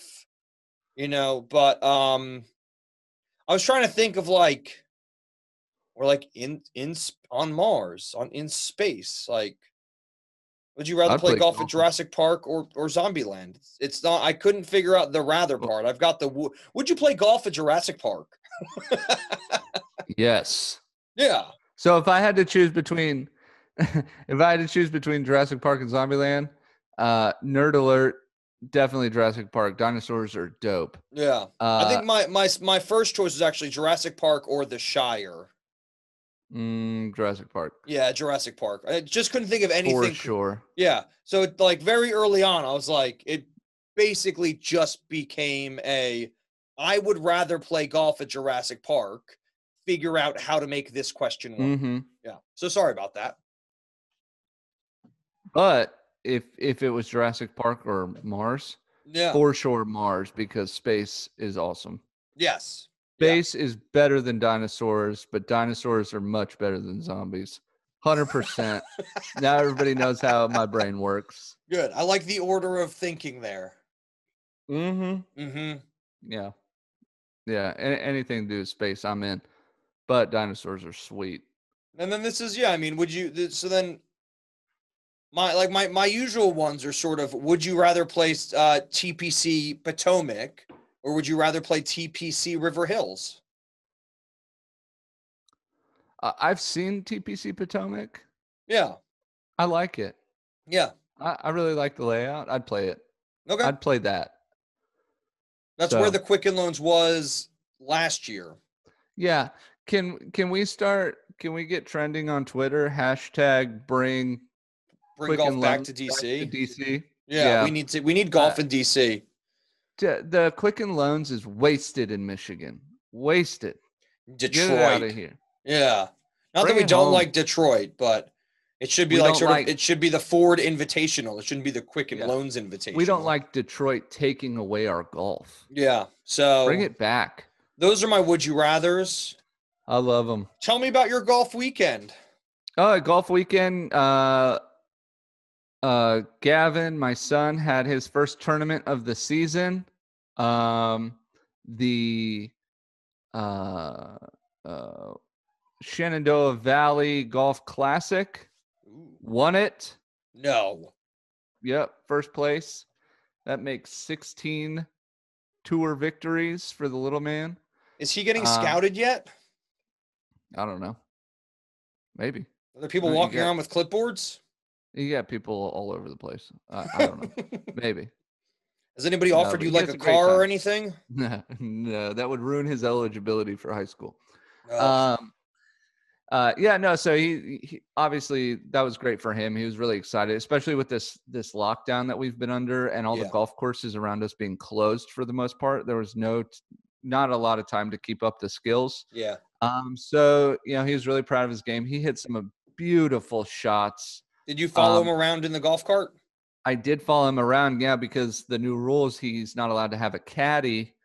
B: you know. But um, I was trying to think of like, or like in in sp- on Mars, on in space. Like, would you rather
C: I'd
B: play,
C: play
B: golf,
C: golf.
B: at Jurassic Park or or Zombieland? It's, it's not. I couldn't figure out the rather
C: Well-
B: part. I've got the. wo- Would you play golf at Jurassic Park?
C: Yes.
B: Yeah.
C: So if I had to choose between if I had to choose between Jurassic Park and Zombieland, uh nerd alert, definitely Jurassic Park. Dinosaurs are dope.
B: Yeah. I
C: Uh,
B: think my my s- my first choice was actually Jurassic Park or The Shire.
C: Mm, Jurassic Park.
B: Yeah, Jurassic Park. I just couldn't think of anything.
C: For
B: c-
C: sure.
B: Yeah. So it, like very early on, I was like, it basically just became a I would rather play golf at Jurassic Park, figure out how to make this question work.
C: hmm
B: Yeah. So sorry about that.
C: But if if it was Jurassic Park or Mars,
B: Yeah.
C: for sure Mars because space is awesome.
B: yes. Yeah.
C: Space is better than dinosaurs, but dinosaurs are much better than zombies. Hundred percent. Now everybody knows how my brain works.
B: Good. I like the order of thinking there.
C: Mm-hmm.
B: Mm-hmm.
C: Yeah, yeah. a- anything to do with space, I'm in. But dinosaurs are sweet.
B: And then this is yeah. I mean, would you? th- So then, my like my my usual ones are sort of would you rather play s- uh, TPC Potomac or would you rather play TPC River Hills?
C: Uh, I've seen TPC Potomac.
B: Yeah.
C: I like it.
B: Yeah.
C: I, I really like the layout. I'd play it.
B: Okay,
C: I'd play that.
B: that's where
C: so-
B: the Quicken Loans was last year.
C: Yeah. Can can we start? Can we get trending on Twitter? Hashtag bring
B: Bring
C: Quicken
B: golf back
C: Loans
B: to
C: back to
B: DC.
C: DC.
B: Yeah,
C: Yeah.
B: we need to. We need golf in DC.
C: D- The Quicken Loans is wasted in Michigan. Wasted. Get it out of
B: Detroit.
C: here.
B: Yeah, not that
C: Bring
B: we
C: it
B: don't
C: home.
B: like Detroit, but it should be
C: We
B: like
C: don't
B: sort
C: like-
B: of. It should be the Ford Invitational. It shouldn't be the Quicken
C: Yeah.
B: Loans Invitational.
C: We don't like Detroit taking away our golf.
B: Yeah, so
C: Bring it back.
B: those are my would you rather's.
C: I love them.
B: Tell me about your golf weekend.
C: Oh, golf weekend. Uh, uh, Gavin, my son, had his first tournament of the season. Um, the uh, uh, Shenandoah Valley Golf Classic won it.
B: No.
C: Yep, first place. That makes 16 tour victories for the little man.
B: Is he getting
C: Uh,
B: scouted yet?
C: I don't know. Maybe.
B: Are there people
C: no, you
B: walking
C: got-
B: around with clipboards?
C: You got people all over the place. I, I don't know. Maybe.
B: Has anybody
C: No,
B: offered
C: but
B: you
C: he
B: like
C: has
B: a
C: a great
B: car or
C: time.
B: anything?
C: No, no, that would ruin his eligibility for high school.
B: No.
C: Um, uh, yeah, no. So he, he obviously that was great for him. He was really excited, especially with this this lockdown that we've been under and all
B: Yeah.
C: the golf courses around us being closed for the most part. There was no, t- not a lot of time to keep up the skills.
B: yeah.
C: Um, so you know he was really proud of his game. He hit some uh, beautiful shots.
B: Did you follow him
C: um,
B: around in the golf cart?
C: I did follow him around, yeah, because the new rules he's not allowed to have a caddy.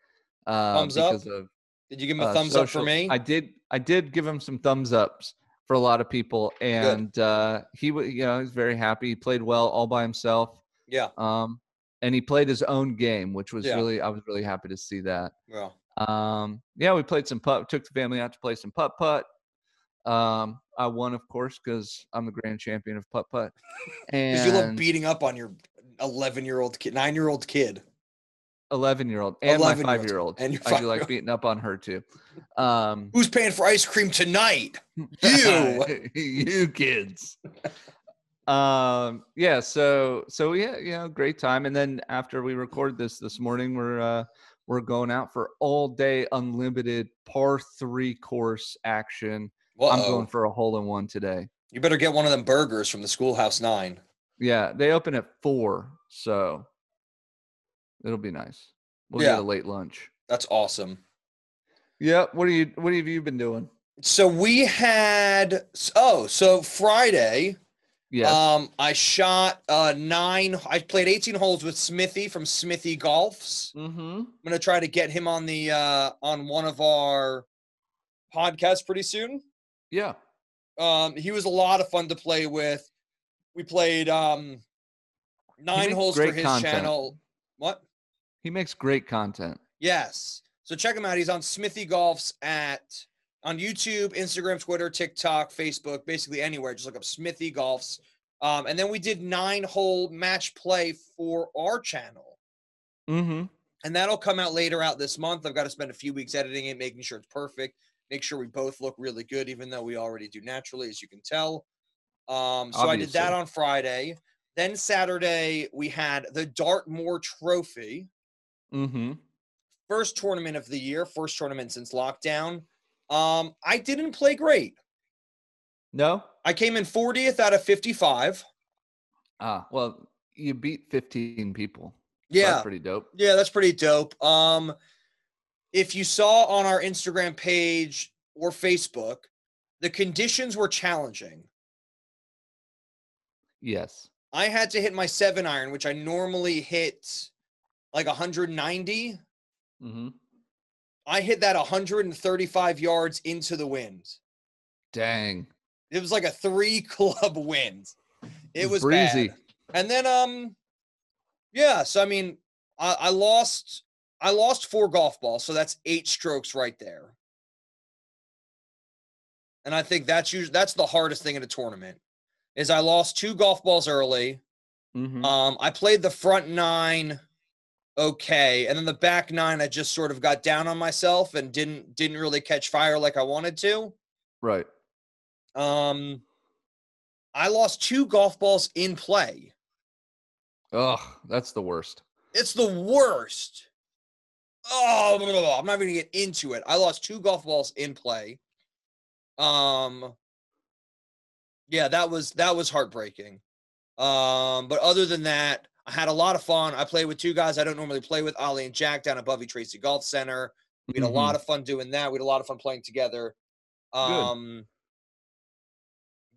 C: Uh,
B: Thumbs up?
C: because of
B: Did you give him a
C: uh,
B: thumbs up for
C: social-
B: me?
C: I did. I did give him some thumbs ups for a lot of people, and uh, he, wa- you know, he's very happy. He played well all by himself,
B: yeah.
C: um, and he played his own game, which was
B: Yeah.
C: really. I was really happy to see that.
B: Well,
C: Um, yeah, we played some putt. Took the family out to play some putt putt. Um, I won, of course, because I'm the grand champion of putt putt.
B: because you love
C: And
B: beating up on your 11 year old kid, nine year old kid.
C: 11 year old and my
B: 11-year-old,
C: five year old.
B: and your
C: I do like
B: five-year-old.
C: beating up on her too. Um,
B: Who's paying for ice cream tonight? You.
C: you kids. Um, yeah, so so yeah, you know, great time. And then after we record this this morning, we're uh we're going out for all day unlimited par three course action.
B: Well,
C: I'm going for a hole in one today.
B: you better get one of them burgers from the schoolhouse nine.
C: Yeah, they open at four, so it'll be nice. We'll
B: Yeah.
C: get a late lunch.
B: That's awesome.
C: Yep. What are you what have you been doing?
B: So we had, oh, so Friday,
C: Yes.
B: Um, I shot uh nine. I played 18 holes with Smithy from Smithy Golfs.
C: mm-hmm.
B: I'm gonna try to get him on the uh on one of our podcasts pretty soon.
C: Yeah.
B: Um, he was a lot of fun to play with. We played um nine
C: makes
B: holes for
C: great
B: his
C: content.
B: channel. What?
C: He makes great content.
B: Yes. So check him out. He's on Smithy Golfs at on YouTube, Instagram, Twitter, TikTok, Facebook, basically anywhere. Just look up Smithy Golfs. Um, and then we did nine hole match play for our channel.
C: Mm-hmm.
B: And that'll come out later out this month. I've got to spend a few weeks editing it, making sure it's perfect, make sure we both look really good, even though we already do naturally, as you can tell. Um, so I did that
C: Obviously.
B: on Friday. Then Saturday, we had the Dartmoor Trophy
C: Mm-hmm.
B: first tournament of the year, first tournament since lockdown. Um, I didn't play great.
C: No.
B: I came in 40th out of 55.
C: Ah, well, you beat 15 people. so
B: Yeah.
C: That's pretty dope.
B: Yeah, that's pretty dope. Um, if you saw on our Instagram page or Facebook, the conditions were challenging.
C: Yes.
B: I had to hit my seven iron, which I normally hit like 190.
C: Mm-hmm.
B: I hit that 135 yards into the wind.
C: Dang.
B: It was like a three club wind. It was bad.
C: breezy.
B: And then um yeah, so I mean I, I lost I lost four golf balls, so that's eight strokes right there. And I think that's usually that's the hardest thing in a tournament is I lost two golf balls early.
C: Mm-hmm.
B: Um I played the front nine okay, and then the back nine I just sort of got down on myself and didn't didn't really catch fire like I wanted to.
C: right.
B: Um I lost two golf balls in play.
C: Ugh, that's the worst.
B: It's the worst. Oh, blah, blah, blah. I'm not even gonna get into it. I lost two golf balls in play. Um, yeah, that was that was heartbreaking. Um, but other than that, I had a lot of fun. I played with two guys I don't normally play with, Ollie and Jack, down at Bubby Tracy Golf Center. We
C: Mm-hmm.
B: had a lot of fun doing that. We had a lot of fun playing together. Um,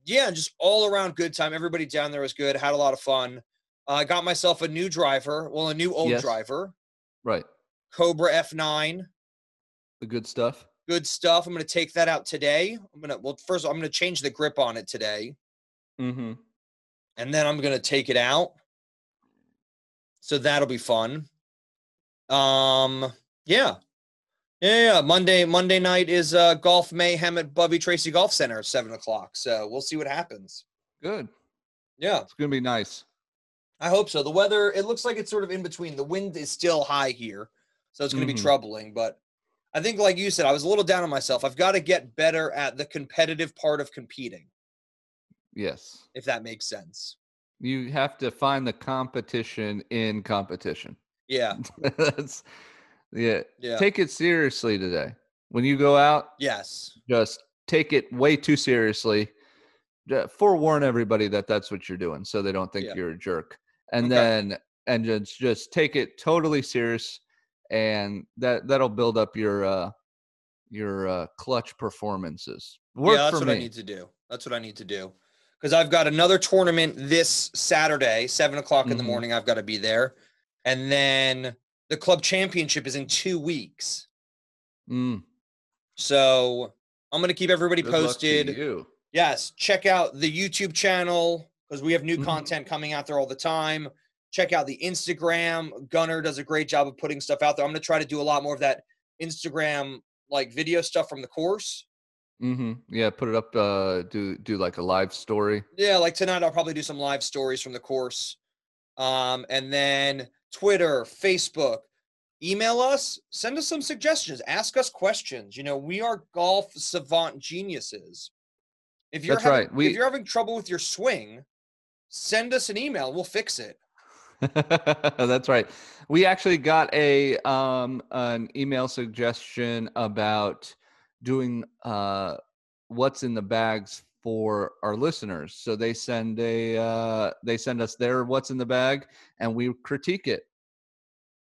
B: yeah, just all around good time. Everybody down there was good. Had a lot of fun. I got myself a new driver. Well, a new old
C: Yes.
B: driver,
C: Right.
B: Cobra F9.
C: The good stuff.
B: Good stuff. I'm gonna take that out today. I'm gonna well, first I'm gonna change the grip on it today,
C: Mm-hmm.
B: and then I'm gonna take it out. So that'll be fun. Um, yeah. Yeah, yeah. Monday, Monday night is uh golf mayhem at Bubby Tracy Golf Center at seven o'clock. So we'll see what happens.
C: Good.
B: Yeah.
C: It's gonna be nice.
B: I hope so. The weather, it looks like it's sort of in between. The wind is still high here, so it's going to
C: Mhm.
B: be troubling. But I think, like you said, I was a little down on myself. I've got to get better at the competitive part of competing,
C: Yes.
B: if that makes sense.
C: You have to find the competition in competition.
B: Yeah.
C: That's yeah.
B: Yeah.
C: Take it seriously today. When you go out,
B: yes.
C: just take it way too seriously. Ju- Forewarn everybody that that's what you're doing, so they don't think
B: Yeah.
C: you're a jerk. And
B: Okay.
C: then and just just take it totally serious, and that that'll build up your uh your uh clutch performances. Work
B: yeah, that's
C: for
B: what
C: me.
B: I need to do. That's what I need to do. Because I've got another tournament this Saturday, seven o'clock in the
C: Mhm.
B: morning. I've got to be there. And then the club championship is in two weeks.
C: Mm,
B: So I'm going to keep everybody
C: good luck to
B: posted.
C: you.
B: Yes, check out the YouTube channel because we have new
C: Mhm.
B: content coming out there all the time. Check out the Instagram. Gunner does a great job of putting stuff out there. I'm going to try to do a lot more of that Instagram like video stuff from the course.
C: Mm-hmm. Yeah, put it up. Uh, do do like a live story.
B: Yeah, like tonight I'll probably do some live stories from the course. Um, and then Twitter, Facebook, email us, send us some suggestions, ask us questions. You know, we are golf savant geniuses. If you're
C: That's
B: having,
C: right, we-
B: if you're having trouble with your swing, send us an email. We'll fix it.
C: That's right. We actually got a um an email suggestion about doing uh what's in the bags for our listeners. So they send a uh they send us their what's in the bag and we critique it.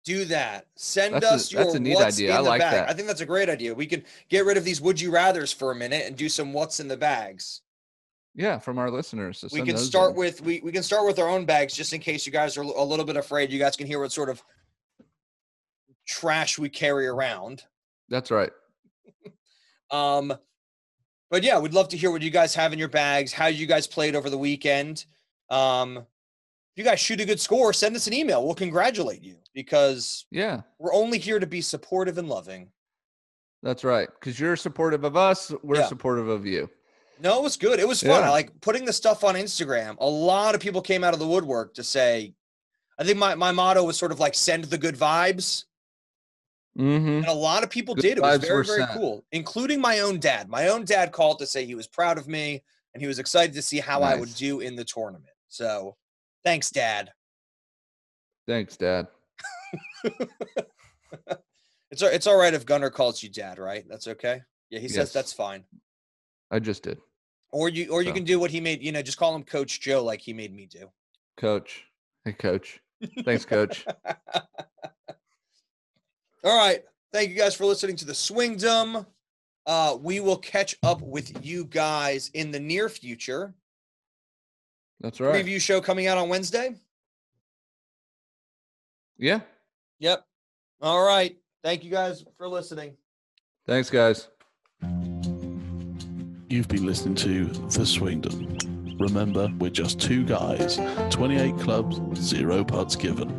B: Do that. Send
C: That's a-
B: us your
C: that's a neat
B: what's
C: idea.
B: in
C: I
B: the
C: like
B: bag.
C: that.
B: I think that's a great idea. We can get rid of these would you rather's for a minute and do some what's in the bags.
C: Yeah, from our listeners. So
B: we
C: send
B: can
C: those
B: start
C: in.
B: with we, we can start with our own bags just in case you guys are a little bit afraid you guys can hear what sort of trash we carry around
C: That's right.
B: um but yeah we'd love to hear what you guys have in your bags how you guys played over the weekend um if you guys shoot a good score send us an email we'll congratulate you because
C: Yeah.
B: we're only here to be supportive and loving
C: That's right. Cuz you're supportive of us, we're
B: Yeah.
C: supportive of you.
B: no it was good it was fun i
C: Yeah.
B: like putting the stuff on instagram a lot of people came out of the woodwork to say i think my, my motto was sort of like send the good vibes
C: Mhm.
B: and a lot of people
C: Good
B: did. It was
C: vibes
B: very,
C: were
B: very
C: sent.
B: cool, including my own dad. My own dad called to say he was proud of me and he was excited to see how I would
C: Nice.
B: do in the tournament. So, thanks, Dad.
C: Thanks, dad.
B: It's a- it's all right if Gunner calls you Dad, right? That's okay. Yeah, he says
C: Yes.
B: that's fine.
C: I just did.
B: Or you or you
C: So.
B: can do what he made. You know, just call him Coach Joe, like he made me do.
C: Coach. Hey coach. Thanks coach.
B: All right. Thank you guys for listening to the Swingdom. Uh, we will catch up with you guys in the near future.
C: That's right.
B: Preview show coming out on Wednesday.
C: Yeah.
B: Yep. All right. Thank you guys for listening.
C: Thanks, guys.
A: You've been listening to The Swingdom. Remember, we're just two guys, 28 clubs, zero putts given.